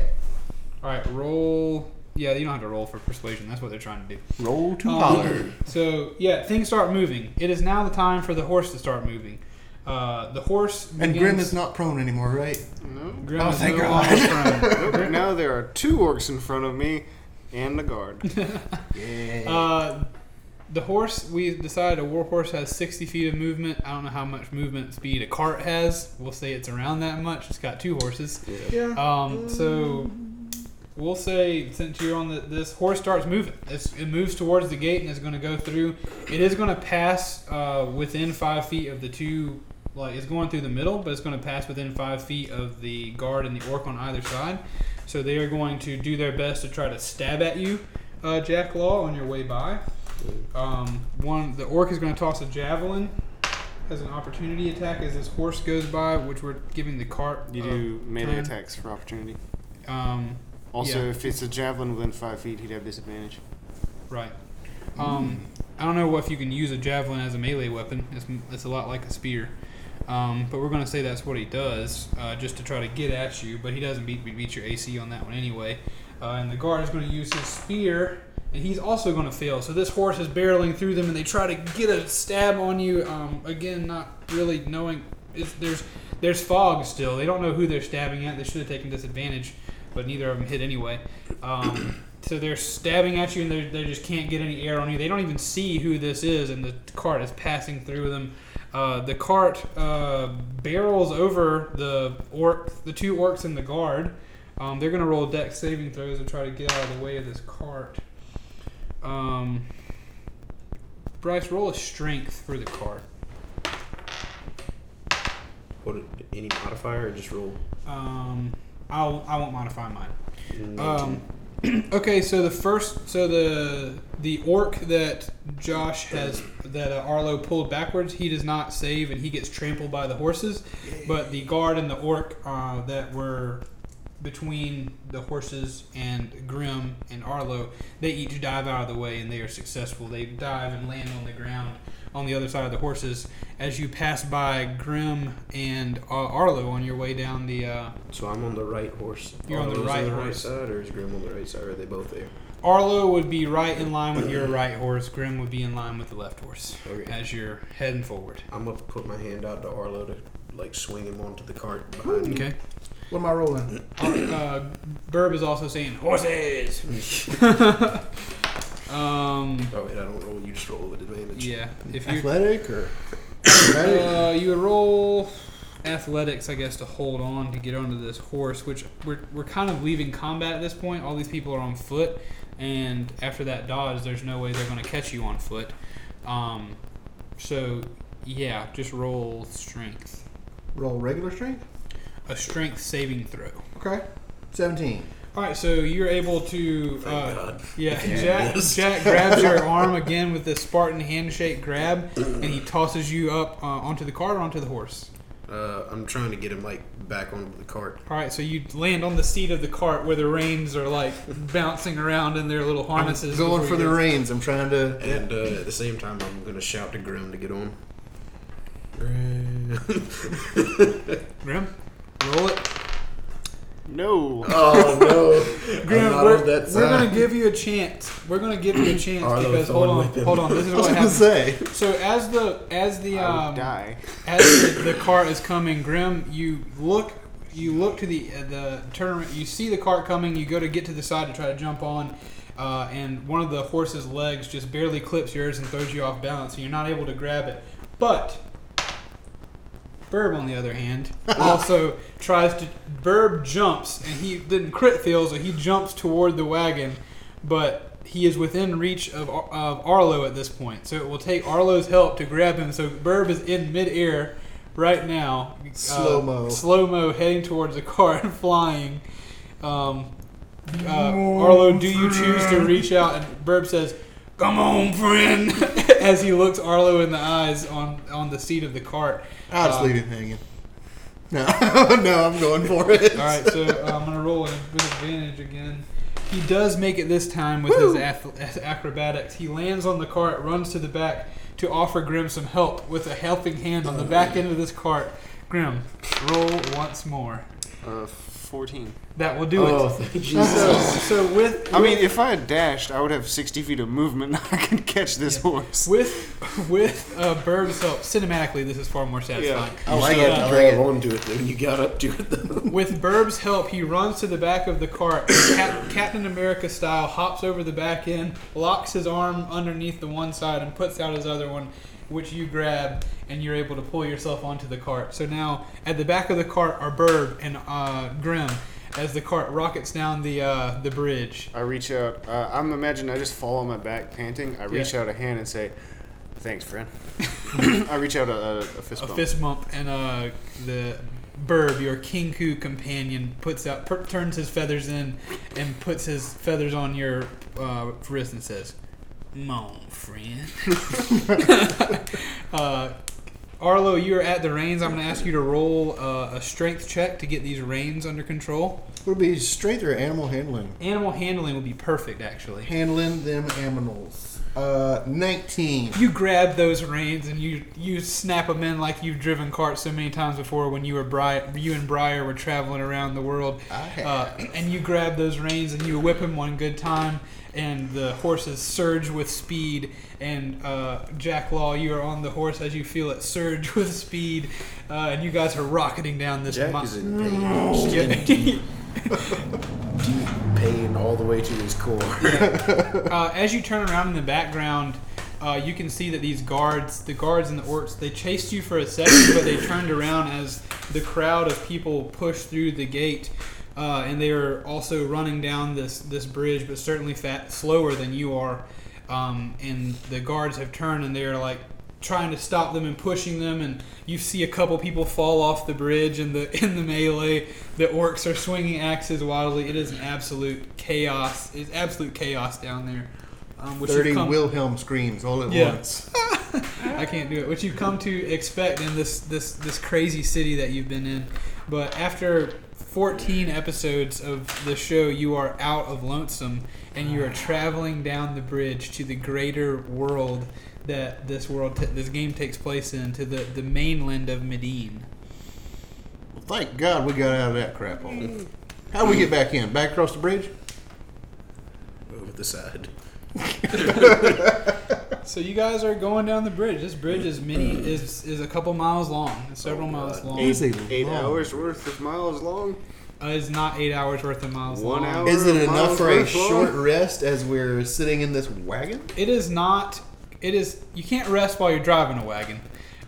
[SPEAKER 1] All right, roll Yeah, you don't have to roll for persuasion. That's what they're trying to do.
[SPEAKER 6] Roll two
[SPEAKER 1] Um,
[SPEAKER 6] dollars.
[SPEAKER 1] So yeah, things start moving. It is now the time for the horse to start moving. Uh, the horse
[SPEAKER 2] And
[SPEAKER 1] begins-
[SPEAKER 2] Grim is not prone anymore, right?
[SPEAKER 3] No.
[SPEAKER 1] Grim
[SPEAKER 2] Oh,
[SPEAKER 1] is
[SPEAKER 2] thank
[SPEAKER 1] no
[SPEAKER 2] God.
[SPEAKER 1] longer prone.
[SPEAKER 3] Nope, now there are two orcs in front of me and the guard.
[SPEAKER 1] Uh, the horse we decided a war horse has 60 feet of movement. I don't know how much movement speed a cart has. We'll say it's around that much. It's got two horses.
[SPEAKER 2] Yeah.
[SPEAKER 1] Um, so we'll say since you're on the, this horse starts moving. It's, it moves towards the gate and it's going to go through. It is going to pass uh, within five feet of the two. Like it's going through the middle, but it's going to pass within five feet of the guard and the orc on either side. So they are going to do their best to try to stab at you, uh, Jack Law, on your way by. Um, one, the orc is going to toss a javelin as an opportunity attack as this horse goes by, which we're giving the cart.
[SPEAKER 3] You
[SPEAKER 1] uh,
[SPEAKER 3] do melee
[SPEAKER 1] time.
[SPEAKER 3] attacks for opportunity.
[SPEAKER 1] Um,
[SPEAKER 3] Also,
[SPEAKER 1] Yeah.
[SPEAKER 3] if it's a javelin within five feet, he'd have disadvantage.
[SPEAKER 1] right. Um, I don't know if you can use a javelin as a melee weapon. It's, it's a lot like a spear. Um, but we're going to say that's what he does, uh, just to try to get at you. But he doesn't beat, beat your AC on that one anyway. Uh, and the guard is going to use his spear, and he's also going to fail. So this horse is barreling through them, and they try to get a stab on you. Um, again, not really knowing. It's, there's there's fog still. They don't know who they're stabbing at. They should have taken disadvantage, but neither of them hit anyway. Um, so they're stabbing at you, and they they just can't get any air on you. They don't even see who this is, and the cart is passing through them. Uh, the cart uh, barrels over the orc, the two orcs and the guard. Um, they're gonna roll deck saving throws to try to get out of the way of this cart. Um, Bryce, roll a strength for the cart.
[SPEAKER 4] What any modifier or just roll?
[SPEAKER 1] Um, I'll I won't modify mine. Um, okay, so the first, so the the orc that Josh has that uh, Arlo pulled backwards, he does not save and he gets trampled by the horses. But the guard and the orc uh, that were between the horses and Grim and Arlo, they each dive out of the way and they are successful. They dive and land on the ground on the other side of the horses as you pass by Grim and uh, Arlo on your way down the. Uh,
[SPEAKER 4] So I'm on the right horse.
[SPEAKER 1] You're on the
[SPEAKER 4] Arlo's
[SPEAKER 1] right
[SPEAKER 4] the right
[SPEAKER 1] horse.
[SPEAKER 4] side, or is Grim on the right side? Or are they both there?
[SPEAKER 1] Arlo would be right in line with your right horse. Grim would be in line with the left horse
[SPEAKER 4] Okay.
[SPEAKER 1] as you're heading forward.
[SPEAKER 4] I'm gonna put my hand out to Arlo to like swing him onto the cart behind me.
[SPEAKER 1] Okay.
[SPEAKER 2] What am I rolling?
[SPEAKER 1] uh, Burb is also saying horses. um,
[SPEAKER 4] Oh wait, I don't roll. You just roll with advantage.
[SPEAKER 1] yeah. If you
[SPEAKER 2] Athletic or?
[SPEAKER 1] uh, you would roll athletics, I guess, to hold on to get onto this horse, which we're we're kind of leaving combat at this point. All these people are on foot, and after that dodge, there's no way they're going to catch you on foot. Um, so yeah, just roll strength.
[SPEAKER 2] Roll regular strength?
[SPEAKER 1] a strength saving throw.
[SPEAKER 2] Okay. 17.
[SPEAKER 1] All right, so you're able to,
[SPEAKER 4] Thank
[SPEAKER 1] uh,
[SPEAKER 4] God.
[SPEAKER 1] yeah. Jack, Jack grabs your arm again with the Spartan handshake grab, and he tosses you up uh, onto the cart or onto the horse.
[SPEAKER 4] Uh, I'm trying to get him like back onto the cart.
[SPEAKER 1] All right, so you land on the seat of the cart where the reins are like bouncing around in their little harnesses.
[SPEAKER 2] Going for
[SPEAKER 1] before
[SPEAKER 2] the
[SPEAKER 1] you get-
[SPEAKER 2] reins. I'm trying to.
[SPEAKER 4] And uh, at the same time, I'm gonna shout to Grim to get on. Grim.
[SPEAKER 1] Grim, roll it.
[SPEAKER 3] No.
[SPEAKER 5] Oh no!
[SPEAKER 1] Grim,
[SPEAKER 5] I'm not
[SPEAKER 1] we're,
[SPEAKER 5] on that
[SPEAKER 1] we're gonna
[SPEAKER 5] side.
[SPEAKER 1] give you a chance. We're gonna give you a chance
[SPEAKER 5] Arlo,
[SPEAKER 1] because
[SPEAKER 5] someone
[SPEAKER 1] hold on,
[SPEAKER 5] whip him.
[SPEAKER 1] hold on. This is
[SPEAKER 2] I was
[SPEAKER 1] what
[SPEAKER 2] going to
[SPEAKER 1] happens.
[SPEAKER 2] say.
[SPEAKER 1] So as the as the
[SPEAKER 3] I
[SPEAKER 1] um,
[SPEAKER 3] would die.
[SPEAKER 1] as the, the cart is coming, Grim, you look, you look to the uh, the tournament. You see the cart coming. You go to get to the side to try to jump on, uh, and one of the horse's legs just barely clips yours and throws you off balance, and you're not able to grab it. But Burb, on the other hand, also tries to. Burb jumps, and he didn't crit fail, so he jumps toward the wagon, but he is within reach of, Ar- of Arlo at this point. So it will take Arlo's help to grab him. So Burb is in midair right now. uh,
[SPEAKER 2] Slow-mo.
[SPEAKER 1] slow mo heading towards the car and flying. Um, uh, Arlo, do you choose to reach out? And Burb says, "Come on, friend," as he looks Arlo in the eyes on on the seat of the cart.
[SPEAKER 2] I'll just leave him hanging. No, no, I'm going for it.
[SPEAKER 1] All right, so uh, I'm gonna roll with with advantage again. He does make it this time with his ath- acrobatics. He lands on the cart, runs to the back to offer Grim some help with a helping hand on the back end of this cart. Grim, roll once more.
[SPEAKER 3] Uh, 14.
[SPEAKER 1] that will do
[SPEAKER 5] Oh,
[SPEAKER 1] it.
[SPEAKER 5] thank
[SPEAKER 3] So,
[SPEAKER 5] Jesus.
[SPEAKER 3] so with, I mean, if I had dashed, I would have 60 feet of movement. I could catch this horse.
[SPEAKER 1] With with uh, Berg's help, cinematically, this is far more satisfying.
[SPEAKER 5] I like
[SPEAKER 1] still
[SPEAKER 5] it.
[SPEAKER 1] have
[SPEAKER 5] I
[SPEAKER 1] to
[SPEAKER 5] grab onto it though. You got up to it though.
[SPEAKER 1] With Burb's help, he runs to the back of the cart, Cap- Captain America style, hops over the back end, locks his arm underneath the one side, and puts out his other one, which you grab, and you're able to pull yourself onto the cart. So now, at the back of the cart are Burb and uh, Grim as the cart rockets down the uh, the bridge.
[SPEAKER 3] I reach out. Uh, I'm imagining I just fall on my back, panting. I reach out a hand and say, "Thanks, friend." I reach out a, a, a fist
[SPEAKER 1] A
[SPEAKER 3] bump.
[SPEAKER 1] fist bump, and uh, the Burb, your Kinku companion, puts out, per- turns his feathers in, and puts his feathers on your uh, wrist and says, "Mon friend." uh, Arlo, you are at the reins. I'm going to ask you to roll uh, a strength check to get these reins under control.
[SPEAKER 2] Would it be straight or animal handling?
[SPEAKER 1] Animal handling would be perfect, actually.
[SPEAKER 2] Handling them animals. Uh, 19.
[SPEAKER 1] You grab those reins and you you snap them in like you've driven carts so many times before when you were Bri- you and Briar were traveling around the world.
[SPEAKER 2] I have.
[SPEAKER 1] Uh, and you grab those reins and you whip him one good time, and the horses surge with speed. And uh, Jack Law, you are on the horse as you feel it surge with speed, uh, and you guys are rocketing down this.
[SPEAKER 5] Jack
[SPEAKER 1] mi-
[SPEAKER 5] is in pain. Just in
[SPEAKER 1] Yeah.
[SPEAKER 5] deep pain all the way to his core.
[SPEAKER 1] uh, as you turn around in the background, uh, you can see that these guards, the guards and the orcs, they chased you for a second, but they turned around as the crowd of people pushed through the gate, uh, and they are also running down this this bridge, but certainly fat, slower than you are. Um, and the guards have turned, and they are like trying to stop them and pushing them and you see a couple people fall off the bridge in the in the melee the orcs are swinging axes wildly it is an absolute chaos it's absolute chaos down there um, which
[SPEAKER 2] 30
[SPEAKER 1] you've come,
[SPEAKER 2] Wilhelm screams all at
[SPEAKER 1] Yeah.
[SPEAKER 2] once.
[SPEAKER 1] I can't do it which you've come to expect in this this this crazy city that you've been in but after 14 episodes of the show you are out of lonesome and you are traveling down the bridge to the greater world that this world t- this game takes place in to the, the mainland of Medine.
[SPEAKER 2] Thank God we got out of that crap hole. How do we get back in? Back across the bridge?
[SPEAKER 5] Over the side.
[SPEAKER 1] So you guys are going down the bridge. This bridge is many is is a couple miles long. It's several miles long.
[SPEAKER 2] Easy.
[SPEAKER 3] Eight
[SPEAKER 2] Long.
[SPEAKER 3] hours worth of miles long.
[SPEAKER 1] Uh, it's not eight hours worth of miles
[SPEAKER 3] One
[SPEAKER 1] long.
[SPEAKER 3] hour.
[SPEAKER 2] Is it enough
[SPEAKER 3] Miles
[SPEAKER 2] for a
[SPEAKER 3] worth long?
[SPEAKER 2] short rest as we're sitting in this wagon?
[SPEAKER 1] It is not. It is. You can't rest while you're driving a wagon.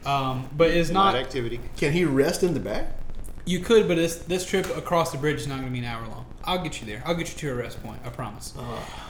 [SPEAKER 1] Um, but it's
[SPEAKER 3] Not
[SPEAKER 1] not.
[SPEAKER 3] activity.
[SPEAKER 2] Can he rest in the back?
[SPEAKER 1] You could, but it's, this trip across the bridge is not going to be an hour long. I'll get you there. I'll get you to a rest point. I promise.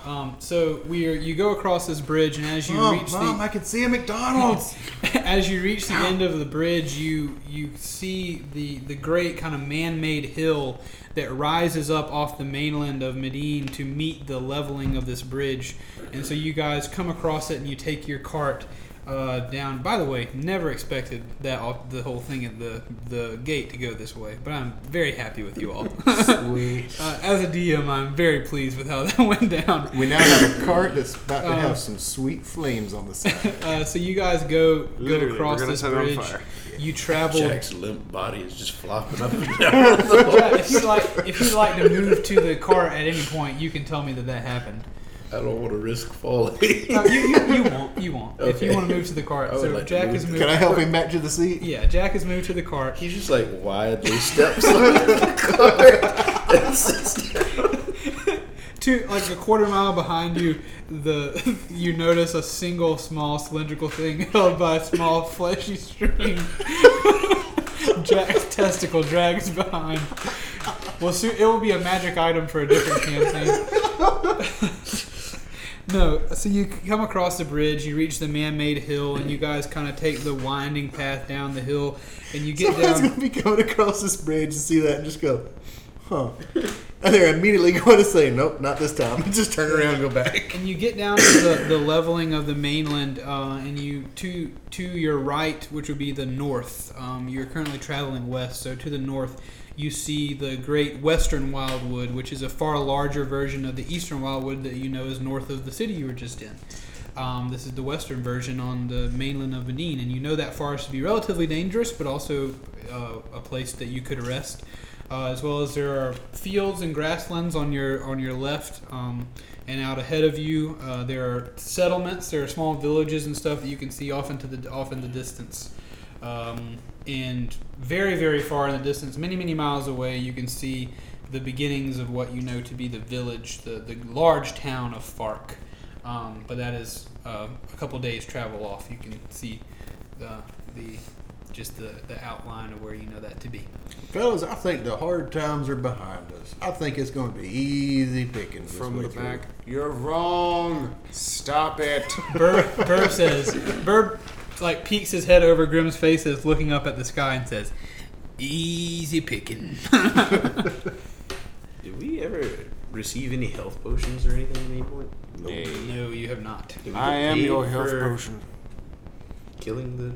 [SPEAKER 1] Um, so we are. You go across this bridge, and as you reach the
[SPEAKER 2] Oh, I can see a McDonald's.
[SPEAKER 1] as you reach the end of the bridge, you you see the the great kind of man-made hill that rises up off the mainland of Medine to meet the leveling of this bridge, and so you guys come across it and you take your cart uh, down. By the way, never expected that all, the whole thing at the the gate to go this way, but I'm very happy with you all.
[SPEAKER 5] We
[SPEAKER 1] uh, as a DM, I'm very pleased with how that went down.
[SPEAKER 2] we now have a cart that's about to have some sweet flames on the side.
[SPEAKER 1] Uh, so you guys go go
[SPEAKER 3] Literally, we're
[SPEAKER 1] across
[SPEAKER 3] gonna
[SPEAKER 1] this
[SPEAKER 3] set it on
[SPEAKER 1] bridge.
[SPEAKER 3] fire.
[SPEAKER 1] You travel
[SPEAKER 5] Jack's limp body is just flopping up and down.
[SPEAKER 1] Yeah, if you like, if you like to move to the car at any point, you can tell me that that happened.
[SPEAKER 5] I don't want to risk falling.
[SPEAKER 1] No, you, you, you won't. You won't. If you
[SPEAKER 5] Okay.
[SPEAKER 1] want to move to the cart,
[SPEAKER 5] I would
[SPEAKER 1] so
[SPEAKER 5] like to
[SPEAKER 1] Jack
[SPEAKER 5] move
[SPEAKER 1] has
[SPEAKER 5] to-
[SPEAKER 1] moved.
[SPEAKER 2] Can I help him back to the seat?
[SPEAKER 1] Yeah, Jack has moved to the cart.
[SPEAKER 5] He just like widely steps on the car. and sits down.
[SPEAKER 1] Two, like a quarter mile behind you, the you notice a single small cylindrical thing held by a small fleshy string. Jack's testicle drags behind. Well, soon it will be a magic item for a different campaign. no, so you come across the bridge, you reach the man-made hill, and you guys kind of take the winding path down the hill, and you get
[SPEAKER 2] Someone's
[SPEAKER 1] down.
[SPEAKER 2] gonna be going across this bridge and see that and just go, huh? And they're immediately going to say, nope, not this time. Just turn around and go back.
[SPEAKER 1] And you get down to the, the leveling of the mainland, uh, and you to to your right, which would be the north. Um, you're currently traveling west, so to the north, you see the Great Western Wildwood, which is a far larger version of the Eastern Wildwood that you know is north of the city you were just in. Um, this is the western version on the mainland of Benin, and you know that forest to be relatively dangerous, but also uh, a place that you could rest. uh, as well as there are fields and grasslands on your on your left um, and out ahead of you. Uh, there are settlements, there are small villages and stuff that you can see off into the off in the distance. Um, and very very far in the distance, many many miles away, you can see the beginnings of what you know to be the village, the the large town of Fark. Um, but that is uh, a couple days travel off. You can see the the just the, the outline of where you know that to be.
[SPEAKER 2] Fellas, I think the hard times are behind us. I think it's going to be easy picking
[SPEAKER 3] From the back. You're wrong. Stop it.
[SPEAKER 1] Burb, Burb says, Burb like peeks his head over Grim's face as looking up at the sky and says, "Easy picking."
[SPEAKER 4] Did we ever receive any health potions or anything at any point?
[SPEAKER 1] no, you have not.
[SPEAKER 4] Did we
[SPEAKER 3] I
[SPEAKER 4] get
[SPEAKER 3] am
[SPEAKER 4] paid
[SPEAKER 3] your health
[SPEAKER 4] for
[SPEAKER 3] potion.
[SPEAKER 4] Killing the.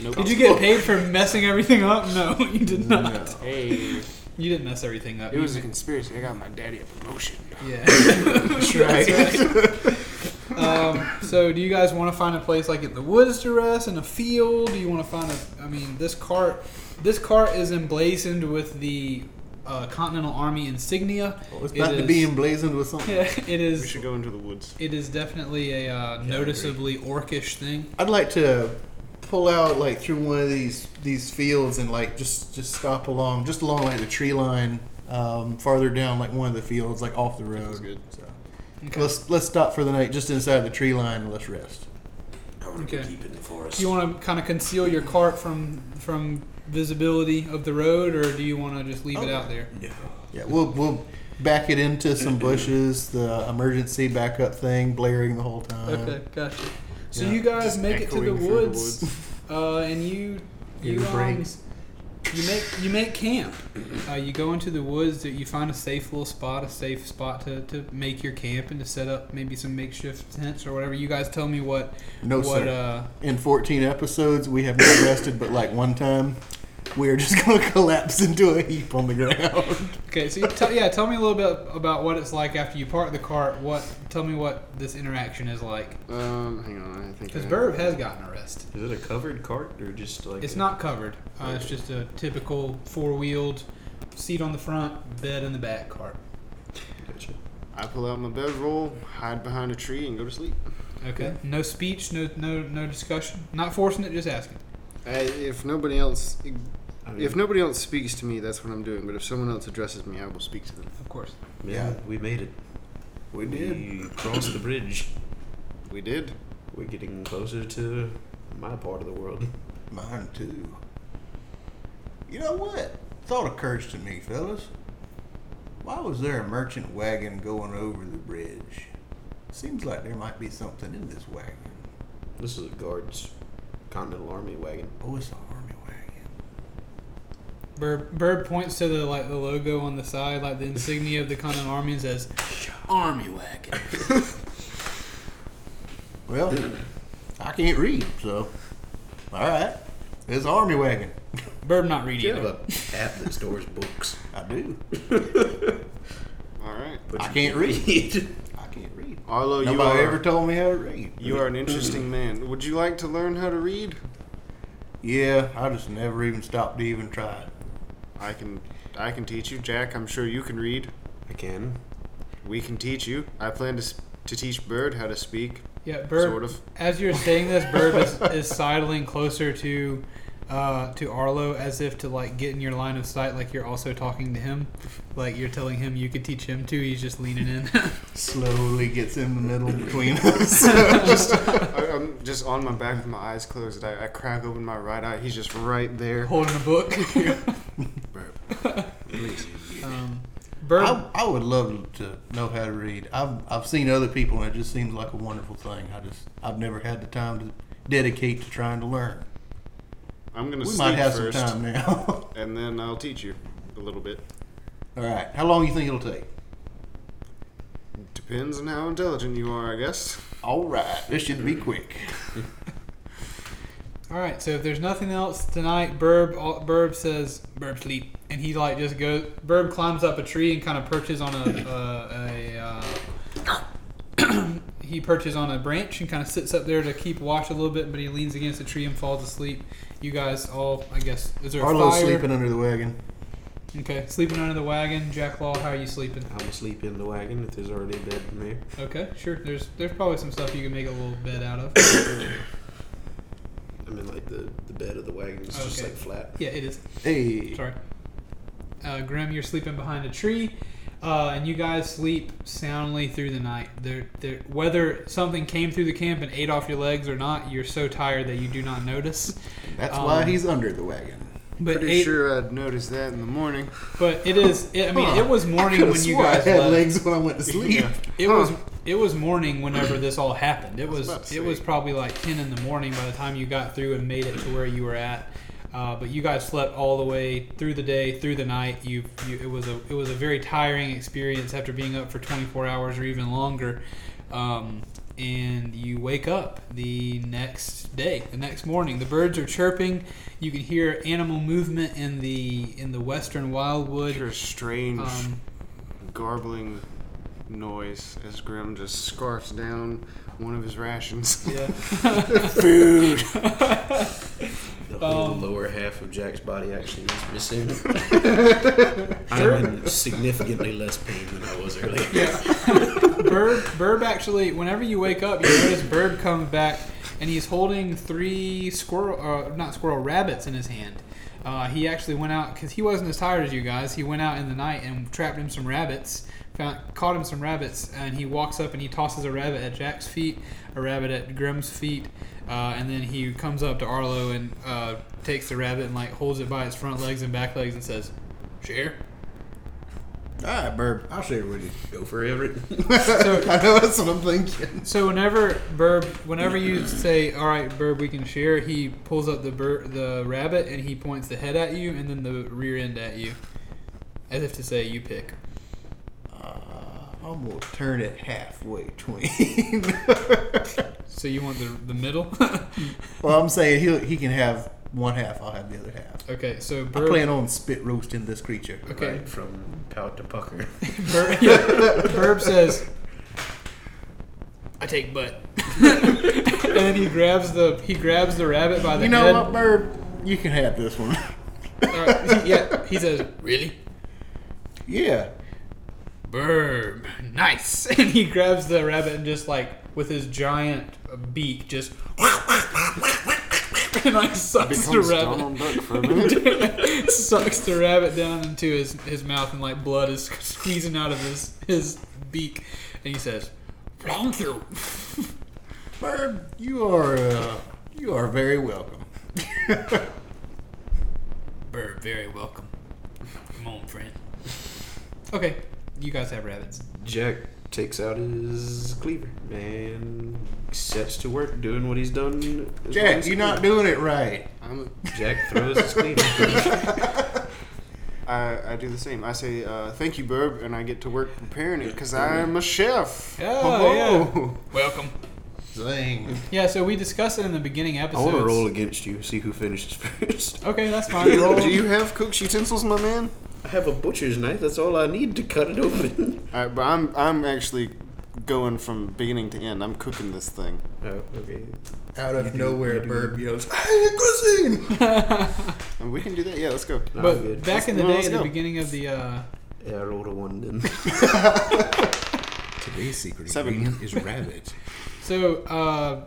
[SPEAKER 3] Nope.
[SPEAKER 1] Did you get paid for messing everything up? No, you did not.
[SPEAKER 3] Hey,
[SPEAKER 1] You didn't mess everything up.
[SPEAKER 3] it
[SPEAKER 1] You
[SPEAKER 3] was a conspiracy. I got my daddy a promotion.
[SPEAKER 1] Yeah. That's right. um, so, do you guys want to find a place like in the woods to rest, in a field? Do you want to find a? I mean, this cart, this cart is emblazoned with the uh, Continental Army insignia.
[SPEAKER 2] It's
[SPEAKER 1] It
[SPEAKER 2] about to
[SPEAKER 1] is-
[SPEAKER 2] be emblazoned with something.
[SPEAKER 1] Yeah, it
[SPEAKER 3] We
[SPEAKER 1] is.
[SPEAKER 3] should go into the woods.
[SPEAKER 1] It is definitely a uh, noticeably orcish thing.
[SPEAKER 2] I'd like to pull out like through one of these these fields and like just just stop along just along like the tree line um, farther down like one of the fields like off the road.
[SPEAKER 3] good.
[SPEAKER 2] So
[SPEAKER 1] Okay.
[SPEAKER 2] let's let's stop for the night just inside the tree line and let's rest.
[SPEAKER 5] I want
[SPEAKER 1] Okay.
[SPEAKER 5] to keep it in the forest.
[SPEAKER 1] Do you want to kind of conceal your cart from from visibility of the road, or do you want to just leave
[SPEAKER 5] Oh.
[SPEAKER 1] it out there?
[SPEAKER 5] No.
[SPEAKER 2] Yeah, we'll we'll back it into some bushes. The emergency backup thing blaring the whole time.
[SPEAKER 1] Okay, gotcha. So
[SPEAKER 2] Yeah.
[SPEAKER 1] you guys make it to the
[SPEAKER 3] echoing through the
[SPEAKER 1] woods, uh, and you
[SPEAKER 4] Give
[SPEAKER 1] you
[SPEAKER 4] it a break.
[SPEAKER 1] um, you make you make camp. Uh, you go into the woods. That you find a safe little spot, a safe spot to, to make your camp and to set up maybe some makeshift tents or whatever. You guys tell me what
[SPEAKER 2] No,
[SPEAKER 1] what
[SPEAKER 2] sir.
[SPEAKER 1] uh
[SPEAKER 2] In 14 episodes, we have not rested, but like one time, we are just going to collapse into a heap on the ground.
[SPEAKER 1] okay. So you tell yeah, tell me a little bit about what it's like after you park the cart. What tell me what this interaction is like
[SPEAKER 3] Um, hang on. I think.
[SPEAKER 1] because
[SPEAKER 3] I-
[SPEAKER 1] Burb has gotten arrested.
[SPEAKER 4] Is it a covered cart or just like.
[SPEAKER 1] It's
[SPEAKER 4] a-
[SPEAKER 1] not covered. Uh, it's just a typical four wheeled seat on the front, bed in the back cart.
[SPEAKER 4] Gotcha.
[SPEAKER 3] I pull out my bedroll, hide behind a tree, and go to sleep.
[SPEAKER 1] Okay. No speech, no no no discussion. Not forcing it, just asking.
[SPEAKER 3] I, if nobody else, e- if nobody else speaks to me, that's what I'm doing. But if someone else addresses me, I will speak to them.
[SPEAKER 1] Of course.
[SPEAKER 4] Yeah, we made it.
[SPEAKER 3] We
[SPEAKER 4] We crossed the bridge.
[SPEAKER 3] We did.
[SPEAKER 4] We're getting closer to my part of the world.
[SPEAKER 2] Mine too. You know what? Thought occurs to me, fellas. Why was there a merchant wagon going over the bridge? Seems like there might be something in this wagon.
[SPEAKER 4] This is a guard's Continental Army wagon.
[SPEAKER 2] Oh, it's an army wagon.
[SPEAKER 1] Bird, Bird points to the like the logo on the side, like the insignia of the Continental Army, and says, "Army wagon."
[SPEAKER 2] Well, I can't read, so. Alright. It's an army wagon.
[SPEAKER 1] Bird not reading
[SPEAKER 4] You have
[SPEAKER 1] it.
[SPEAKER 4] a app that stores books.
[SPEAKER 2] I do.
[SPEAKER 3] All right,
[SPEAKER 4] But
[SPEAKER 2] I
[SPEAKER 4] you
[SPEAKER 2] can't read.
[SPEAKER 4] read.
[SPEAKER 2] I can't read.
[SPEAKER 3] Arlo, you
[SPEAKER 2] Nobody
[SPEAKER 3] are
[SPEAKER 2] ever told me how to read.
[SPEAKER 3] you are an interesting man. Would you like to learn how to read?
[SPEAKER 2] Yeah, I just never even stopped to even try it.
[SPEAKER 3] I can, I can teach you, Jack. I'm sure you can read.
[SPEAKER 4] I can.
[SPEAKER 3] We can teach you. I plan to s- to teach Bird how to speak.
[SPEAKER 1] Yeah, Bird.
[SPEAKER 3] Sort of.
[SPEAKER 1] As you're saying this, Bird is, is sidling closer to uh, to Arlo, as if to like get in your line of sight, like you're also talking to him, like you're telling him you could teach him too. He's just leaning in.
[SPEAKER 2] Slowly gets in the middle between us.
[SPEAKER 3] I, I'm just on my back with my eyes closed. I, I crack open my right eye. He's just right there.
[SPEAKER 1] holding a book. um, Bird,
[SPEAKER 2] I, I would love to know how to read. I've I've seen other people, and it just seems like a wonderful thing. I just I've never had the time to dedicate to trying to learn.
[SPEAKER 3] I'm gonna
[SPEAKER 2] We
[SPEAKER 3] sleep
[SPEAKER 2] might have
[SPEAKER 3] first,
[SPEAKER 2] some time now.
[SPEAKER 3] and then I'll teach you a little bit.
[SPEAKER 2] All right, how long you think it'll take?
[SPEAKER 3] Depends on how intelligent you are, I guess.
[SPEAKER 2] All right, this should be quick.
[SPEAKER 1] all right. So if there's nothing else tonight, Burb all, Burb says Burb sleep, and he like just goes. Burb climbs up a tree and kind of perches on a uh, a. Uh, he perches on a branch and kind of sits up there to keep watch a little bit, but he leans against a tree and falls asleep. You guys all, I guess, is there a
[SPEAKER 2] Arlo's
[SPEAKER 1] fire?
[SPEAKER 2] sleeping under the wagon.
[SPEAKER 1] Okay, sleeping under the wagon. Jack Law, how are you sleeping?
[SPEAKER 4] I will sleep in the wagon if there's already a bed in there.
[SPEAKER 1] Okay, sure. There's there's probably some stuff you can make a little bed out of.
[SPEAKER 4] I mean, like the, the bed of the wagon is just
[SPEAKER 1] Okay.
[SPEAKER 4] like flat.
[SPEAKER 1] yeah, it is.
[SPEAKER 2] Hey.
[SPEAKER 1] Sorry. Uh, Grim, you're sleeping behind a tree, uh, and you guys sleep soundly through the night. There, there, whether something came through the camp and ate off your legs or not, you're so tired that you do not notice.
[SPEAKER 2] That's
[SPEAKER 1] Um,
[SPEAKER 2] why he's under the wagon.
[SPEAKER 1] But
[SPEAKER 3] Pretty
[SPEAKER 1] eight,
[SPEAKER 3] sure I'd notice that in the morning.
[SPEAKER 1] but it is. It, I mean, it was morning
[SPEAKER 2] Could've
[SPEAKER 1] when you
[SPEAKER 2] swore I
[SPEAKER 1] guys
[SPEAKER 2] had
[SPEAKER 1] left.
[SPEAKER 2] legs when I went to sleep.
[SPEAKER 3] Yeah.
[SPEAKER 1] It was it was morning whenever this all happened. It was,
[SPEAKER 3] about to
[SPEAKER 1] it
[SPEAKER 3] say.
[SPEAKER 1] was probably like ten in the morning by the time you got through and made it to where you were at. Uh, but you guys slept all the way through the day, through the night. You, you it was a it was a very tiring experience after being up for 24 hours or even longer. Um, and you wake up the next day, the next morning. The birds are chirping. You can hear animal movement in the in the western wildwood.
[SPEAKER 3] Your strange
[SPEAKER 1] Um,
[SPEAKER 3] garbling noise as Grim just scarfs down one of his rations.
[SPEAKER 1] yeah.
[SPEAKER 3] Food.
[SPEAKER 4] The whole
[SPEAKER 1] Um,
[SPEAKER 4] lower half of Jack's body actually is missing. I'm in significantly less pain than I was earlier.
[SPEAKER 1] Burb, Burb actually, whenever you wake up, you notice Burb comes back and he's holding three squirrel, uh, not squirrel, rabbits in his hand. Uh, he actually went out because he wasn't as tired as you guys. He went out in the night and trapped him some rabbits, found, caught him some rabbits, and he walks up and he tosses a rabbit at Jack's feet, a rabbit at Grim's feet, uh, and then he comes up to Arlo and uh, takes the rabbit and like holds it by its front legs and back legs and says, "Share."
[SPEAKER 2] All right, Burb. I'll share with you.
[SPEAKER 4] Go for it.
[SPEAKER 2] I know that's what I'm thinking.
[SPEAKER 1] So whenever Burb, whenever you say, "All right, Burb, we can share," he pulls up the bur- the rabbit and he points the head at you and then the rear end at you, as if to say, "You pick."
[SPEAKER 2] Uh, I'm going to turn it halfway between.
[SPEAKER 1] So you want the the middle?
[SPEAKER 2] well, I'm saying he he can have one half. I'll have the other half.
[SPEAKER 1] okay, so
[SPEAKER 2] I
[SPEAKER 1] Burb.
[SPEAKER 2] plan on spit roasting this creature.
[SPEAKER 1] okay,
[SPEAKER 4] Right from pout to pucker.
[SPEAKER 1] Burb, yeah, Burb says, "I take butt," and then he grabs the he grabs the rabbit by the
[SPEAKER 2] You know
[SPEAKER 1] head.
[SPEAKER 2] what, Burb? You can have this one.
[SPEAKER 1] All right, he- yeah, he says, "Really."
[SPEAKER 2] yeah.
[SPEAKER 1] Burb, nice. And he grabs the rabbit and just like with his giant beak, just and like sucks the
[SPEAKER 3] Becomes
[SPEAKER 1] rabbit,
[SPEAKER 3] Donald Duck for a minute.
[SPEAKER 1] sucks the rabbit down into his his mouth, and like blood is squeezing out of his his beak. And he says, "Thank you."
[SPEAKER 2] Burb, you are uh, you are very welcome.
[SPEAKER 1] Burb, very welcome. Come on, friend. Okay, you guys have rabbits.
[SPEAKER 4] Jack takes out his cleaver and sets to work doing what he's done. as long
[SPEAKER 2] Jack,
[SPEAKER 4] as
[SPEAKER 2] you're
[SPEAKER 4] he
[SPEAKER 2] not doing it right.
[SPEAKER 3] I'm,
[SPEAKER 4] can. Jack throws his cleaver.
[SPEAKER 3] I, I do the same. I say, uh, thank you, Burb, and I get to work preparing it because I'm a chef.
[SPEAKER 1] Oh,
[SPEAKER 3] Ho-ho.
[SPEAKER 1] Welcome.
[SPEAKER 2] Zing.
[SPEAKER 1] Yeah, so we discussed it in the beginning
[SPEAKER 4] I
[SPEAKER 1] episode.
[SPEAKER 4] want to roll against you, see who finishes first.
[SPEAKER 1] Okay, that's fine. Roll.
[SPEAKER 3] Do you have cook's utensils, my man?
[SPEAKER 4] I have a butcher's knife. That's all I need to cut it open.
[SPEAKER 3] All right, Uh, but I'm I'm actually going from beginning to end. I'm cooking this thing.
[SPEAKER 4] oh, okay.
[SPEAKER 2] Out of nowhere, Burb yells, "Hey, cuisine!"
[SPEAKER 3] And we can do that. Yeah, let's go.
[SPEAKER 4] No, I'm
[SPEAKER 1] But
[SPEAKER 4] good.
[SPEAKER 1] back in the
[SPEAKER 3] No,
[SPEAKER 1] day,
[SPEAKER 3] let's
[SPEAKER 1] at the
[SPEAKER 3] go.
[SPEAKER 1] beginning of the uh,
[SPEAKER 4] Yeah, I rolled a one then.
[SPEAKER 2] Today's secret
[SPEAKER 3] Seven. ingredient
[SPEAKER 2] is rabbit.
[SPEAKER 1] so uh,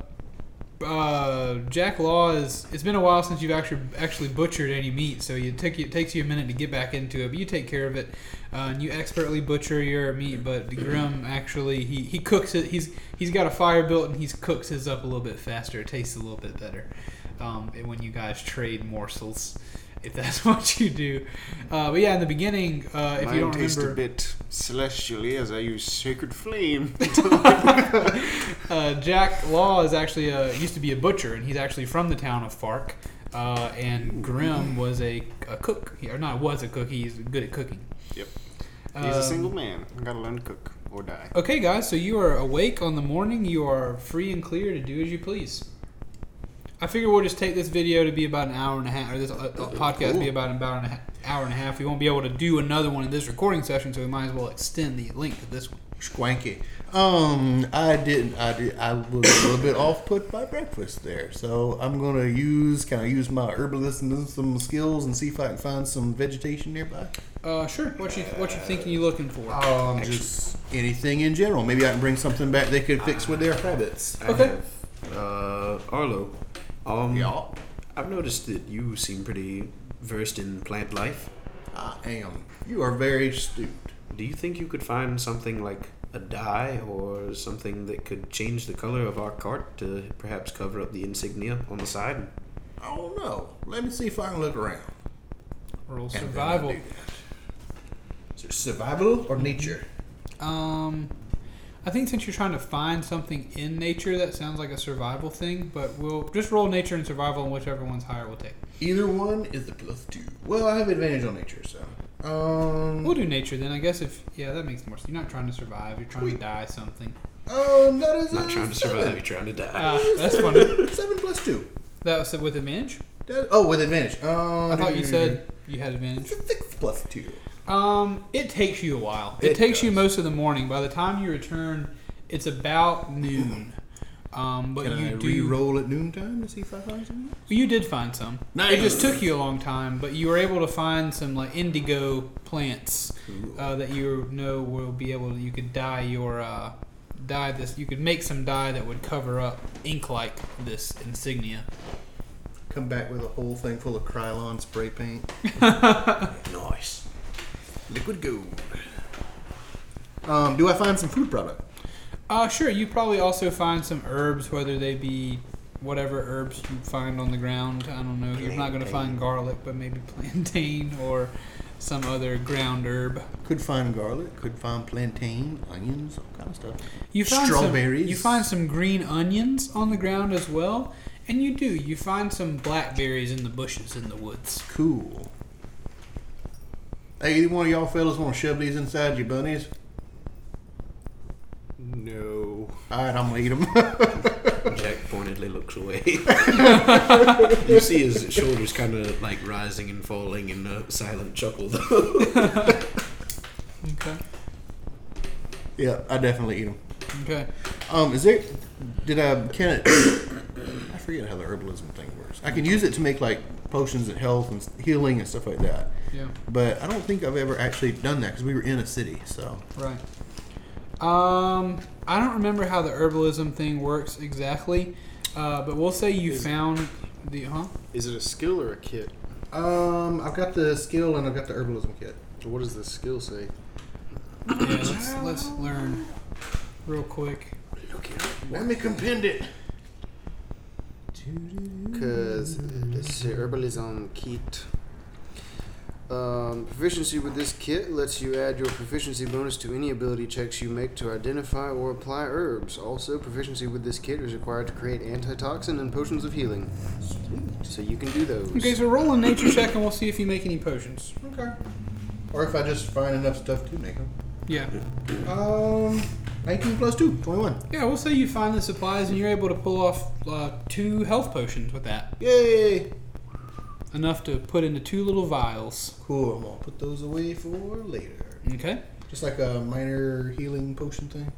[SPEAKER 1] uh, Jack Law is. It's been a while since you've actually actually butchered any meat, so you took it takes you a minute to get back into it. But you take care of it, uh, and you expertly butcher your meat. But Grim actually he, he cooks it. He's he's got a fire built and he cooks his up a little bit faster. It tastes a little bit better um, and when you guys trade morsels. If that's what you do, uh, but yeah, in the beginning, uh, if
[SPEAKER 3] Mine
[SPEAKER 1] you don't
[SPEAKER 3] tastes
[SPEAKER 1] remember,
[SPEAKER 3] a bit celestially as I use sacred flame.
[SPEAKER 1] uh, Jack Law is actually a, used to be a butcher, and he's actually from the town of Fark. Uh, and Grimm was a, a cook, or not was a cook. He's good at cooking.
[SPEAKER 3] yep. He's a
[SPEAKER 1] Um,
[SPEAKER 3] single man. I gotta learn to cook or die.
[SPEAKER 1] Okay, guys. So you are awake on the morning. You are free and clear to do as you please. I figure we'll just take this video to be about an hour and a half, or this uh, uh, podcast to be about an hour and, a half, hour and a half. We won't be able to do another one in this recording session, so we might as well extend the length of this one.
[SPEAKER 2] Squanky. Um, I didn't. I did. I was a little bit off put by breakfast there, so I'm gonna use kind of use my herbalist and some skills and see if I can find some vegetation nearby.
[SPEAKER 1] Uh, sure. What you what you thinking? You looking for?
[SPEAKER 2] Um, just anything in general. Maybe I can bring something back they could fix with their habits.
[SPEAKER 1] Okay.
[SPEAKER 4] Have, uh, Arlo. Um,
[SPEAKER 2] Yeah.
[SPEAKER 4] I've noticed that you seem pretty versed in plant life.
[SPEAKER 2] I am. You are very astute.
[SPEAKER 4] Do you think you could find something like a dye or something that could change the color of our cart to perhaps cover up the insignia on the side?
[SPEAKER 2] I don't know. Let me see if I can look around.
[SPEAKER 1] Roll
[SPEAKER 2] And then I
[SPEAKER 1] survival.
[SPEAKER 2] do that. Is it survival or nature?
[SPEAKER 1] Um, I think since you're trying to find something in nature, that sounds like a survival thing. But we'll just roll nature and survival, and whichever one's higher, we'll take.
[SPEAKER 2] Either one is a plus two.
[SPEAKER 7] Well, I have advantage on nature, so. Um.
[SPEAKER 1] We'll do nature then. I guess if yeah, that makes more sense. You're not trying to survive. You're trying to die something.
[SPEAKER 7] Um, that is
[SPEAKER 4] Not
[SPEAKER 7] a
[SPEAKER 4] trying to
[SPEAKER 7] seven.
[SPEAKER 4] survive, you're trying to die.
[SPEAKER 1] Ah, that's funny.
[SPEAKER 7] Seven plus two.
[SPEAKER 1] That was with advantage.
[SPEAKER 7] That, oh, with advantage. Um,
[SPEAKER 1] I thought you said you had advantage.
[SPEAKER 7] six plus two.
[SPEAKER 1] Um, it takes you a while. It,
[SPEAKER 2] It
[SPEAKER 1] takes you
[SPEAKER 2] does.
[SPEAKER 1] most of the morning. By the time you return, it's about noon. Um, but
[SPEAKER 2] Can
[SPEAKER 1] you
[SPEAKER 2] I
[SPEAKER 1] do
[SPEAKER 2] re-roll at noontime to see if I find something?
[SPEAKER 1] You did find some. It just took you a long time, but you were able to find some like indigo plants uh, that you know will be able. To, you could dye your uh, dye this. You could make some dye that would cover up ink like this insignia.
[SPEAKER 2] Come back with a whole thing full of Krylon spray paint.
[SPEAKER 4] Nice.
[SPEAKER 2] Liquid gold. Um, do I find some food product?
[SPEAKER 1] Uh, sure. You probably also find some herbs, whether they be whatever herbs you find on the ground. I don't know. You're not going to find garlic, but maybe plantain or some other ground herb.
[SPEAKER 2] Could find garlic. Could find plantain, onions, all kind of stuff.
[SPEAKER 1] You find
[SPEAKER 2] Strawberries.
[SPEAKER 1] Some, you find some green onions on the ground as well, and you do. You find some blackberries in the bushes in the woods.
[SPEAKER 2] Cool. Hey, either one of y'all fellas want to shove these inside your bunnies?
[SPEAKER 3] No.
[SPEAKER 2] All right, I'm gonna eat them.
[SPEAKER 4] Jack pointedly looks away. you see his shoulders kind of like rising and falling in a silent chuckle, though.
[SPEAKER 1] Okay.
[SPEAKER 2] yeah, I definitely eat them.
[SPEAKER 1] Okay.
[SPEAKER 2] Um, is there? Did I can it? I forget how the herbalism thing works. I can use it to make like potions and health and healing and stuff like that.
[SPEAKER 1] Yeah.
[SPEAKER 2] But I don't think I've ever actually done that because we were in a city. So
[SPEAKER 1] Right. Um, I don't remember how the herbalism thing works exactly, uh, but we'll say you found the huh.
[SPEAKER 3] Is it a skill or a kit?
[SPEAKER 7] Um, I've got the skill and I've got the herbalism kit.
[SPEAKER 3] What does the skill say?
[SPEAKER 1] Yeah. Let's, let's learn real quick.
[SPEAKER 7] Let me compend it.
[SPEAKER 3] Because it's herbalism kit. Um, proficiency with this kit lets you add your proficiency bonus to any ability checks you make to identify or apply herbs. Also, proficiency with this kit is required to create antitoxin and potions of healing. So you can do those.
[SPEAKER 1] Okay, so roll a nature check, and we'll see if you make any potions.
[SPEAKER 7] Okay.
[SPEAKER 2] or if I just find enough stuff to make them.
[SPEAKER 1] Yeah.
[SPEAKER 7] Um,
[SPEAKER 2] 19 plus 2, 21.
[SPEAKER 1] Yeah, we'll say you find the supplies, and you're able to pull off uh, two health potions with that.
[SPEAKER 2] Yay!
[SPEAKER 1] enough to put into two little vials.
[SPEAKER 2] Cool. I'm gonna put those away for later.
[SPEAKER 1] Okay.
[SPEAKER 2] Just like a minor healing potion thing.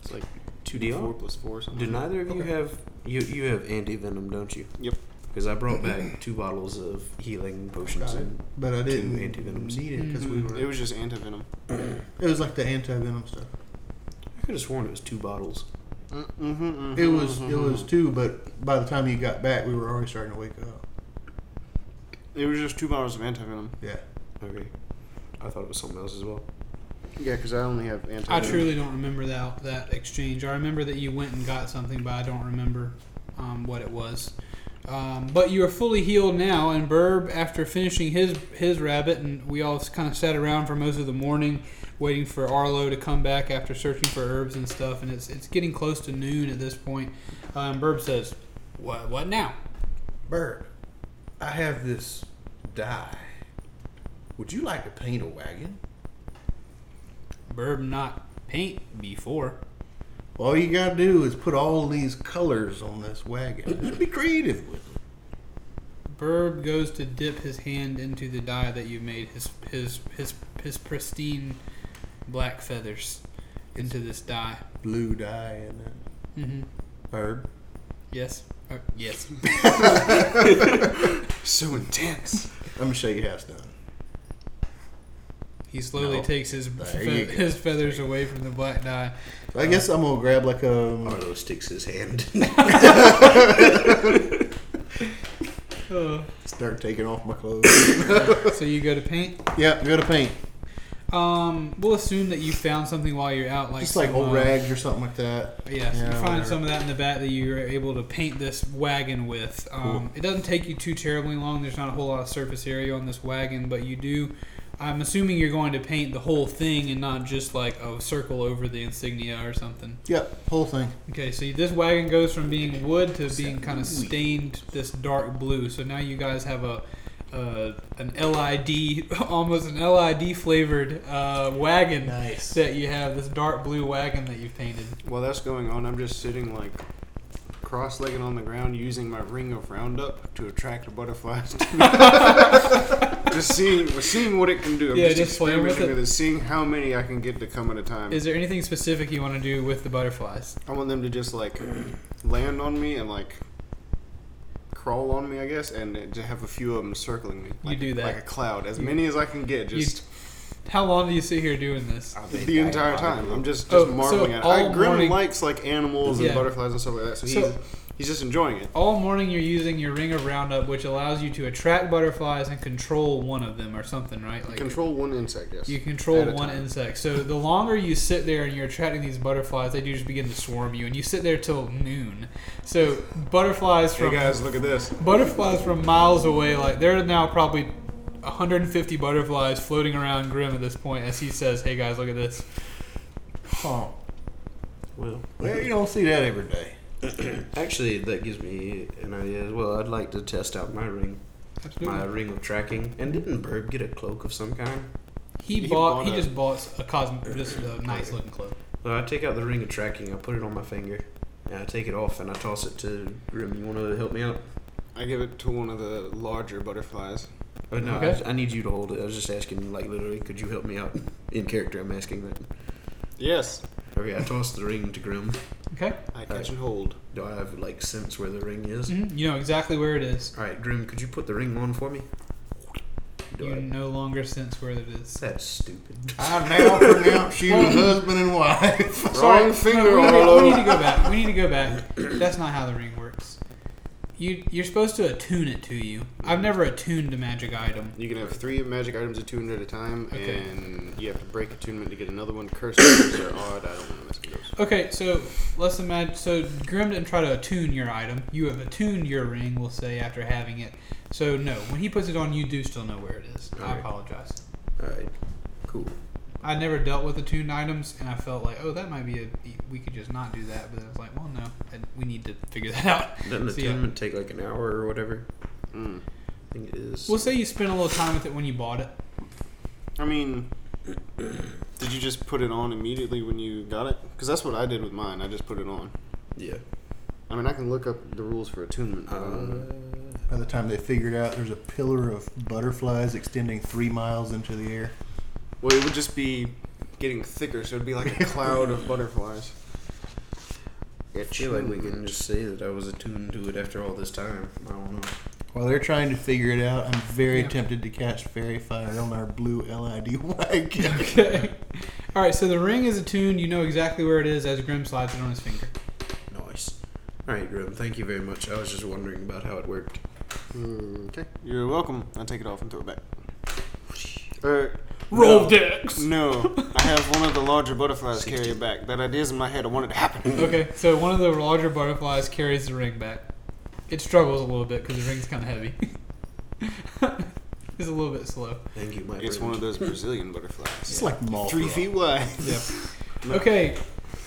[SPEAKER 3] It's like
[SPEAKER 4] Two D
[SPEAKER 3] four
[SPEAKER 4] R.
[SPEAKER 3] plus four or
[SPEAKER 4] Do
[SPEAKER 3] something.
[SPEAKER 4] neither of you have you you have anti venom, don't you?
[SPEAKER 3] Yep.
[SPEAKER 4] Because I brought back two bottles of healing potions and
[SPEAKER 2] But I didn't
[SPEAKER 4] Two
[SPEAKER 2] need
[SPEAKER 4] antivenoms.
[SPEAKER 2] it because we were.
[SPEAKER 3] Mm-hmm. It was just antivenom.
[SPEAKER 2] It was like the anti venom stuff.
[SPEAKER 4] I could have sworn it was two bottles.
[SPEAKER 3] Mm-hmm,
[SPEAKER 2] It was it was two, but by the time you got back, we were already starting to wake up.
[SPEAKER 3] It was just two bottles of antivenom.
[SPEAKER 2] Yeah.
[SPEAKER 4] Okay. I thought it was something else as well.
[SPEAKER 3] Yeah, because I only have antivenom.
[SPEAKER 1] I truly don't remember that that exchange. I remember that you went and got something, but I don't remember um, what it was. Um, but you are fully healed now, and Burb, after finishing his his rabbit, and we all kind of sat around for most of the morning, waiting for Arlo to come back after searching for herbs and stuff. And it's it's getting close to noon at this point. Um, Burb says, "What what now?"
[SPEAKER 2] Bird, I have this dye. Would you like to paint a wagon?
[SPEAKER 1] Burb not paint before.
[SPEAKER 2] All you gotta do is put all these colors on this wagon. Just be creative with it.
[SPEAKER 1] Burb goes to dip his hand into the dye that you made his his his his pristine black feathers, into this die.
[SPEAKER 6] blue dye in it.
[SPEAKER 1] Mm-hmm.
[SPEAKER 6] Herb.
[SPEAKER 1] Yes. Uh, yes.
[SPEAKER 3] So intense.
[SPEAKER 6] I'm gonna show you how it's done.
[SPEAKER 1] He slowly
[SPEAKER 6] No.
[SPEAKER 1] takes his fe-
[SPEAKER 6] There you go.
[SPEAKER 1] his feathers away from the black dye.
[SPEAKER 6] I guess I'm gonna grab like um, a.
[SPEAKER 5] Arlo sticks his hand.
[SPEAKER 1] Uh,
[SPEAKER 6] Start taking off my clothes.
[SPEAKER 1] so you go to paint.
[SPEAKER 6] yeah, go to paint.
[SPEAKER 1] Um, we'll assume that you found something while you're out, like
[SPEAKER 6] Just like
[SPEAKER 1] some,
[SPEAKER 6] old
[SPEAKER 1] uh,
[SPEAKER 6] rags or something like that.
[SPEAKER 1] Yes,
[SPEAKER 6] Yeah,
[SPEAKER 1] you find
[SPEAKER 6] whatever.
[SPEAKER 1] some of that in the back that you were able to paint this wagon with. Um, It doesn't take you too terribly long. There's not a whole lot of surface area on this wagon, but you do. I'm assuming you're going to paint the whole thing and not just like a circle over the insignia or something.
[SPEAKER 6] Yep, whole thing.
[SPEAKER 1] Okay, so this wagon goes from being wood to being kind of stained this dark blue. So now you guys have a uh, an LID, almost an LID flavored uh, wagon
[SPEAKER 6] Nice.
[SPEAKER 1] that you have. This dark blue wagon that you've painted.
[SPEAKER 3] While that's going on, I'm just sitting like cross-legged on the ground, using my ring of roundup to attract butterflies. To me. just seeing, seeing what it can do. I'm
[SPEAKER 1] Yeah,
[SPEAKER 3] just,
[SPEAKER 1] just playing with
[SPEAKER 3] experimenting
[SPEAKER 1] it.
[SPEAKER 3] with it, seeing how many I can get to come at a time.
[SPEAKER 1] Is there anything specific you want to do with the butterflies?
[SPEAKER 3] I want them to just like land on me and like crawl on me, I guess, and to have a few of them circling me. Like,
[SPEAKER 1] do that.
[SPEAKER 3] like a cloud, as many as I can get,
[SPEAKER 1] You-
[SPEAKER 3] just
[SPEAKER 1] How long do you sit here doing this?
[SPEAKER 3] the entire time. I'm just
[SPEAKER 1] Oh,
[SPEAKER 3] just
[SPEAKER 1] so
[SPEAKER 3] marveling at. it.
[SPEAKER 1] all
[SPEAKER 3] I, Grim
[SPEAKER 1] morning-
[SPEAKER 3] likes like animals
[SPEAKER 1] Yeah.
[SPEAKER 3] and butterflies and stuff like that, so,
[SPEAKER 1] So-
[SPEAKER 3] he's he's just enjoying it.
[SPEAKER 1] All morning you're using your ring of roundup, which allows you to attract butterflies and control one of them or something, right? Like
[SPEAKER 3] Control one insect, yes.
[SPEAKER 1] you control
[SPEAKER 3] at a
[SPEAKER 1] one
[SPEAKER 3] time.
[SPEAKER 1] insect. So the longer you sit there and you're attracting these butterflies, they do just begin to swarm you, and you sit there till noon. So butterflies
[SPEAKER 3] Hey
[SPEAKER 1] from
[SPEAKER 3] guys, look at this.
[SPEAKER 1] butterflies from miles away, like there are now probably 150 butterflies floating around Grim at this point, as he says, "Hey guys, look at this."
[SPEAKER 6] Huh.
[SPEAKER 4] Well,
[SPEAKER 6] Well, you don't see that every day.
[SPEAKER 4] actually, that gives me an idea as well. I'd like to test out my ring, my ring of tracking. And didn't Burb get a cloak of some kind?
[SPEAKER 1] He,
[SPEAKER 3] He
[SPEAKER 1] bought.
[SPEAKER 3] bought
[SPEAKER 1] He
[SPEAKER 3] a-
[SPEAKER 1] just bought a cosm, just a nice looking cloak.
[SPEAKER 4] Well, I take out the ring of tracking. I put it on my finger, and I take it off and I toss it to Grim. You want to help me out?
[SPEAKER 3] I give it to one of the larger butterflies.
[SPEAKER 4] Oh, no,
[SPEAKER 1] Okay.
[SPEAKER 4] I, I need you to hold it. I was just asking, like literally, could you help me out in character? I'm asking that.
[SPEAKER 3] Yes.
[SPEAKER 4] Okay, I toss the ring to Grim.
[SPEAKER 1] Okay.
[SPEAKER 3] I catch and hold.
[SPEAKER 4] Do I have like sense where the ring is?
[SPEAKER 1] hmm You know exactly where it is.
[SPEAKER 4] All right, Grim, could you put the ring on for me? Do
[SPEAKER 1] You
[SPEAKER 4] I?
[SPEAKER 1] no longer sense where it is.
[SPEAKER 4] That's stupid.
[SPEAKER 1] Ah,
[SPEAKER 6] I now pronounce you husband and wife.
[SPEAKER 3] Wrong finger,
[SPEAKER 1] we, need, we
[SPEAKER 3] Arlo.
[SPEAKER 1] need to go back. We need to go back. That's not how the ring works. You you're supposed to attune it to you. I've never attuned a magic item.
[SPEAKER 3] You can have three magic items attuned at a time,
[SPEAKER 1] Okay.
[SPEAKER 3] and you have to break attunement to get another one. Cursed items are odd. I don't want to mess with those.
[SPEAKER 1] Okay, so let's imagine. So Grim didn't try to attune your item. You have attuned your ring. We'll say after having it. So no, when he puts it on, you do still know where it is. I
[SPEAKER 4] Alright.
[SPEAKER 1] apologize.
[SPEAKER 4] All right, cool.
[SPEAKER 1] I never dealt with attuned items, and I felt like, oh, that might be a we could just not do that. But then I was like, well, no, I- we need to figure that out.
[SPEAKER 4] Doesn't
[SPEAKER 1] So, yeah.
[SPEAKER 4] attunement take like an hour or whatever?
[SPEAKER 3] Mm.
[SPEAKER 4] I think it is.
[SPEAKER 1] We'll say you spent a little time with it when you bought it.
[SPEAKER 3] I mean, did you just put it on immediately when you got it? Because that's what I did with mine. I just put it on.
[SPEAKER 4] yeah.
[SPEAKER 3] I mean, I can look up the rules for attunement. but I don't know.
[SPEAKER 6] By the time they figured out there's a pillar of butterflies extending three miles into the air.
[SPEAKER 3] well, it would just be getting thicker, so it'd be like a cloud of butterflies.
[SPEAKER 4] I feel like we can just say that I was attuned to it after all this time. I don't know.
[SPEAKER 6] While they're trying to figure it out, I'm very
[SPEAKER 1] Yeah.
[SPEAKER 6] tempted to catch fairy fire on our blue LID wagon.
[SPEAKER 1] Okay. All right. So the ring is attuned. You know exactly where it is as Grim slides it on his finger.
[SPEAKER 4] Nice. All right, Grim. Thank you very much. I was just wondering about how it worked. Mm,
[SPEAKER 3] Okay, you're welcome. I take it off and throw it back. Uh,
[SPEAKER 1] Roll
[SPEAKER 3] no.
[SPEAKER 1] decks.
[SPEAKER 3] No, I have one of the larger butterflies carry it back. That idea's in my head. I want it to happen.
[SPEAKER 1] Okay. So one of the larger butterflies carries the ring back. It struggles a little bit because the ring's kind of heavy. it's a little bit slow.
[SPEAKER 4] Thank you, my
[SPEAKER 3] It's
[SPEAKER 4] friend.
[SPEAKER 3] one of those Brazilian butterflies.
[SPEAKER 6] It's like mall.
[SPEAKER 3] Three feet wide.
[SPEAKER 1] Yeah. Okay.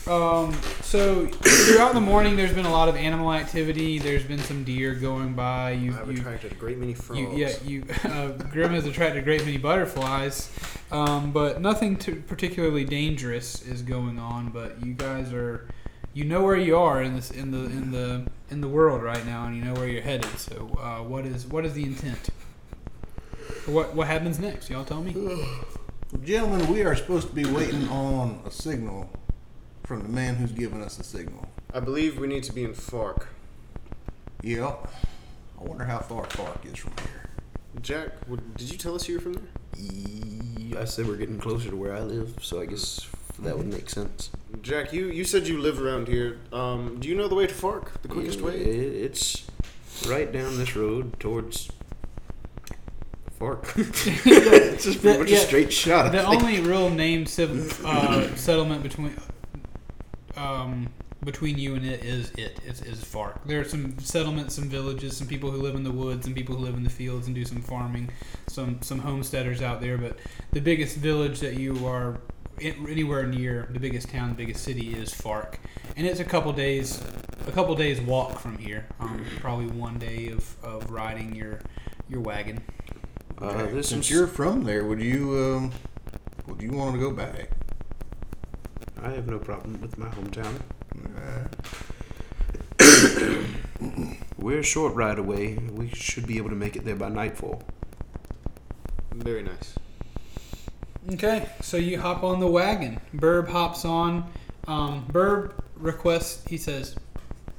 [SPEAKER 1] Um, so throughout the morning, there's been a lot of animal activity. There's been some deer going by. You,
[SPEAKER 3] I've
[SPEAKER 1] you,
[SPEAKER 3] attracted a great many frogs.
[SPEAKER 1] you yeah, you. Uh, Grim has attracted a great many butterflies, um, but nothing too particularly dangerous is going on. But you guys are, you know where you are in this in the in the in the world right now, and you know where you're headed. So uh, what is what is the intent? What what happens next? Y'all tell me.
[SPEAKER 6] Gentlemen, we are supposed to be waiting on a signal from the man who's giving us the signal.
[SPEAKER 3] I believe we need to be in Fark.
[SPEAKER 6] Yep. I wonder how far Clark is from here.
[SPEAKER 3] Jack, what, did you tell us you were from there?
[SPEAKER 5] Ye- I said we're getting closer to where I live, so I guess that would make sense.
[SPEAKER 3] Jack, you, you said you live around here. Um, do you know the way to Fark? The quickest
[SPEAKER 5] Yeah,
[SPEAKER 3] way?
[SPEAKER 5] it- it's
[SPEAKER 4] Right down this road towards Fark.
[SPEAKER 5] it's just
[SPEAKER 1] The-
[SPEAKER 5] pretty much
[SPEAKER 1] yeah.
[SPEAKER 5] a straight shot. I
[SPEAKER 1] The
[SPEAKER 5] think.
[SPEAKER 1] only real named civ- uh, settlement between um, between you and it is it is, is Fark. There are some settlements, some villages, some people who live in the woods, and people who live in the fields and do some farming, some some homesteaders out there. But the biggest village that you are in, anywhere near, the biggest town, the biggest city is Fark, and it's a couple days a couple days walk from here. Um, probably one day of, of riding your your wagon.
[SPEAKER 4] Uh, this
[SPEAKER 6] Since
[SPEAKER 4] is
[SPEAKER 6] you're from there, would you um, would you want to go back?
[SPEAKER 4] I have no problem with my hometown. We're a short ride away. We should be able to make it there by nightfall.
[SPEAKER 3] Very nice.
[SPEAKER 1] Okay, so you hop on the wagon. Burb hops on. Um, Burb requests, he says,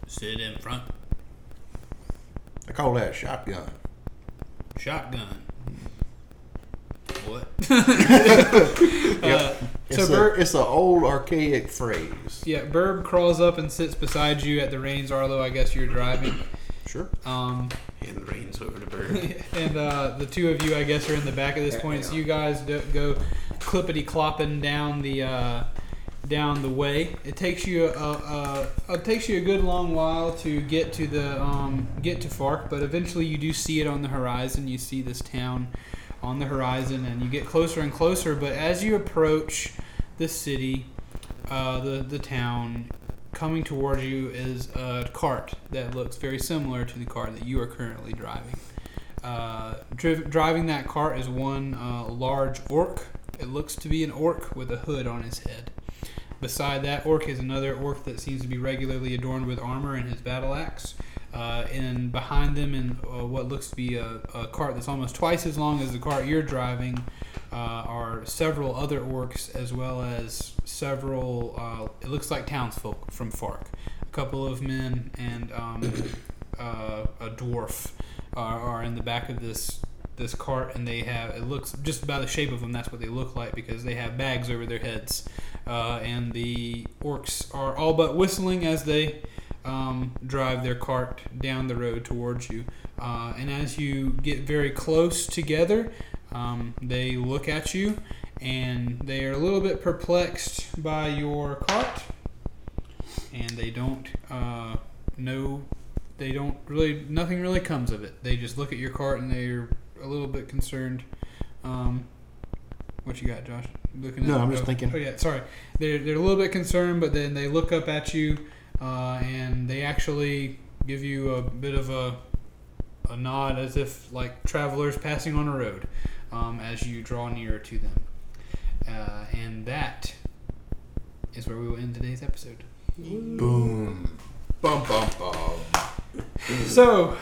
[SPEAKER 1] sit in front,
[SPEAKER 6] I call that a shotgun.
[SPEAKER 1] shotgun. What?
[SPEAKER 6] Yep.
[SPEAKER 1] uh, so
[SPEAKER 6] It's a,
[SPEAKER 1] Burb,
[SPEAKER 6] it's an old archaic phrase.
[SPEAKER 1] yeah, Burb crawls up and sits beside you at the reins. Arlo, I guess you're driving.
[SPEAKER 6] Sure.
[SPEAKER 1] Um,
[SPEAKER 4] And the rain's over to burn.
[SPEAKER 1] and uh, the two of you, I guess, are in the back at this point. So you guys do, go clippity clopping down the uh, down the way. It takes you a, a, a it takes you a good long while to get to the um, get to Fark, but eventually you do see it on the horizon. You see this town on the horizon, and you get closer and closer. But as you approach the city, uh, the the town. Coming towards you is a cart that looks very similar to the car that you are currently driving. Uh, driv- driving that cart is one uh, large orc. It looks to be an orc with a hood on his head. Beside that orc is another orc that seems to be regularly adorned with armor and his battle axe. Uh, and behind them, in uh, what looks to be a, a cart that's almost twice as long as the cart you're driving, uh, are several other orcs as well as several, uh, it looks like townsfolk from Fark. A couple of men and um, uh, a dwarf are, are in the back of this this cart and they have it looks just by the shape of them that's what they look like because they have bags over their heads uh, and the orcs are all but whistling as they um, drive their cart down the road towards you uh, and as you get very close together um, they look at you and they are a little bit perplexed by your cart and they don't uh, know they don't really nothing really comes of it they just look at your cart and they're a little bit concerned um, what you got josh looking
[SPEAKER 6] No,
[SPEAKER 1] at
[SPEAKER 6] I'm just
[SPEAKER 1] oh,
[SPEAKER 6] thinking.
[SPEAKER 1] oh yeah sorry they're, they're a little bit concerned but then they look up at you uh, and they actually give you a bit of a a nod as if like travelers passing on a road um, as you draw nearer to them uh, and that is where we will end today's episode
[SPEAKER 6] Boom. Bum bum bum.
[SPEAKER 1] so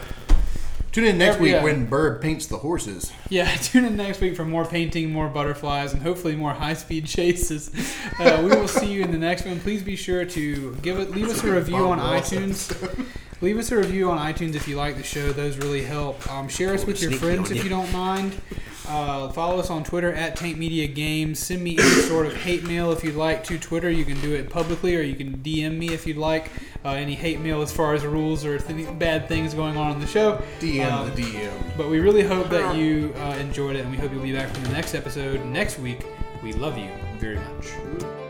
[SPEAKER 6] Tune in next
[SPEAKER 1] Every-
[SPEAKER 6] week
[SPEAKER 1] yeah.
[SPEAKER 6] when Bird paints the horses.
[SPEAKER 1] Yeah, tune in next week for more painting, more butterflies, and hopefully more high-speed chases. Uh, we will see you in the next one. Please be sure to give it, leave us a review on iTunes. Leave us a review on iTunes if you like the show; those really help. Um, share us with your friends if you don't mind. Uh, follow us on Twitter at Taint Media Games. Send me any sort of hate mail if you'd like to Twitter. You can do it publicly, or you can DM me if you'd like. Uh, any hate mail as far as rules or th- bad things going on in the show.
[SPEAKER 6] DM
[SPEAKER 1] Um,
[SPEAKER 6] the DM.
[SPEAKER 1] but we really hope that you uh, enjoyed it, and we hope you'll be back for the next episode next week. We love you very much.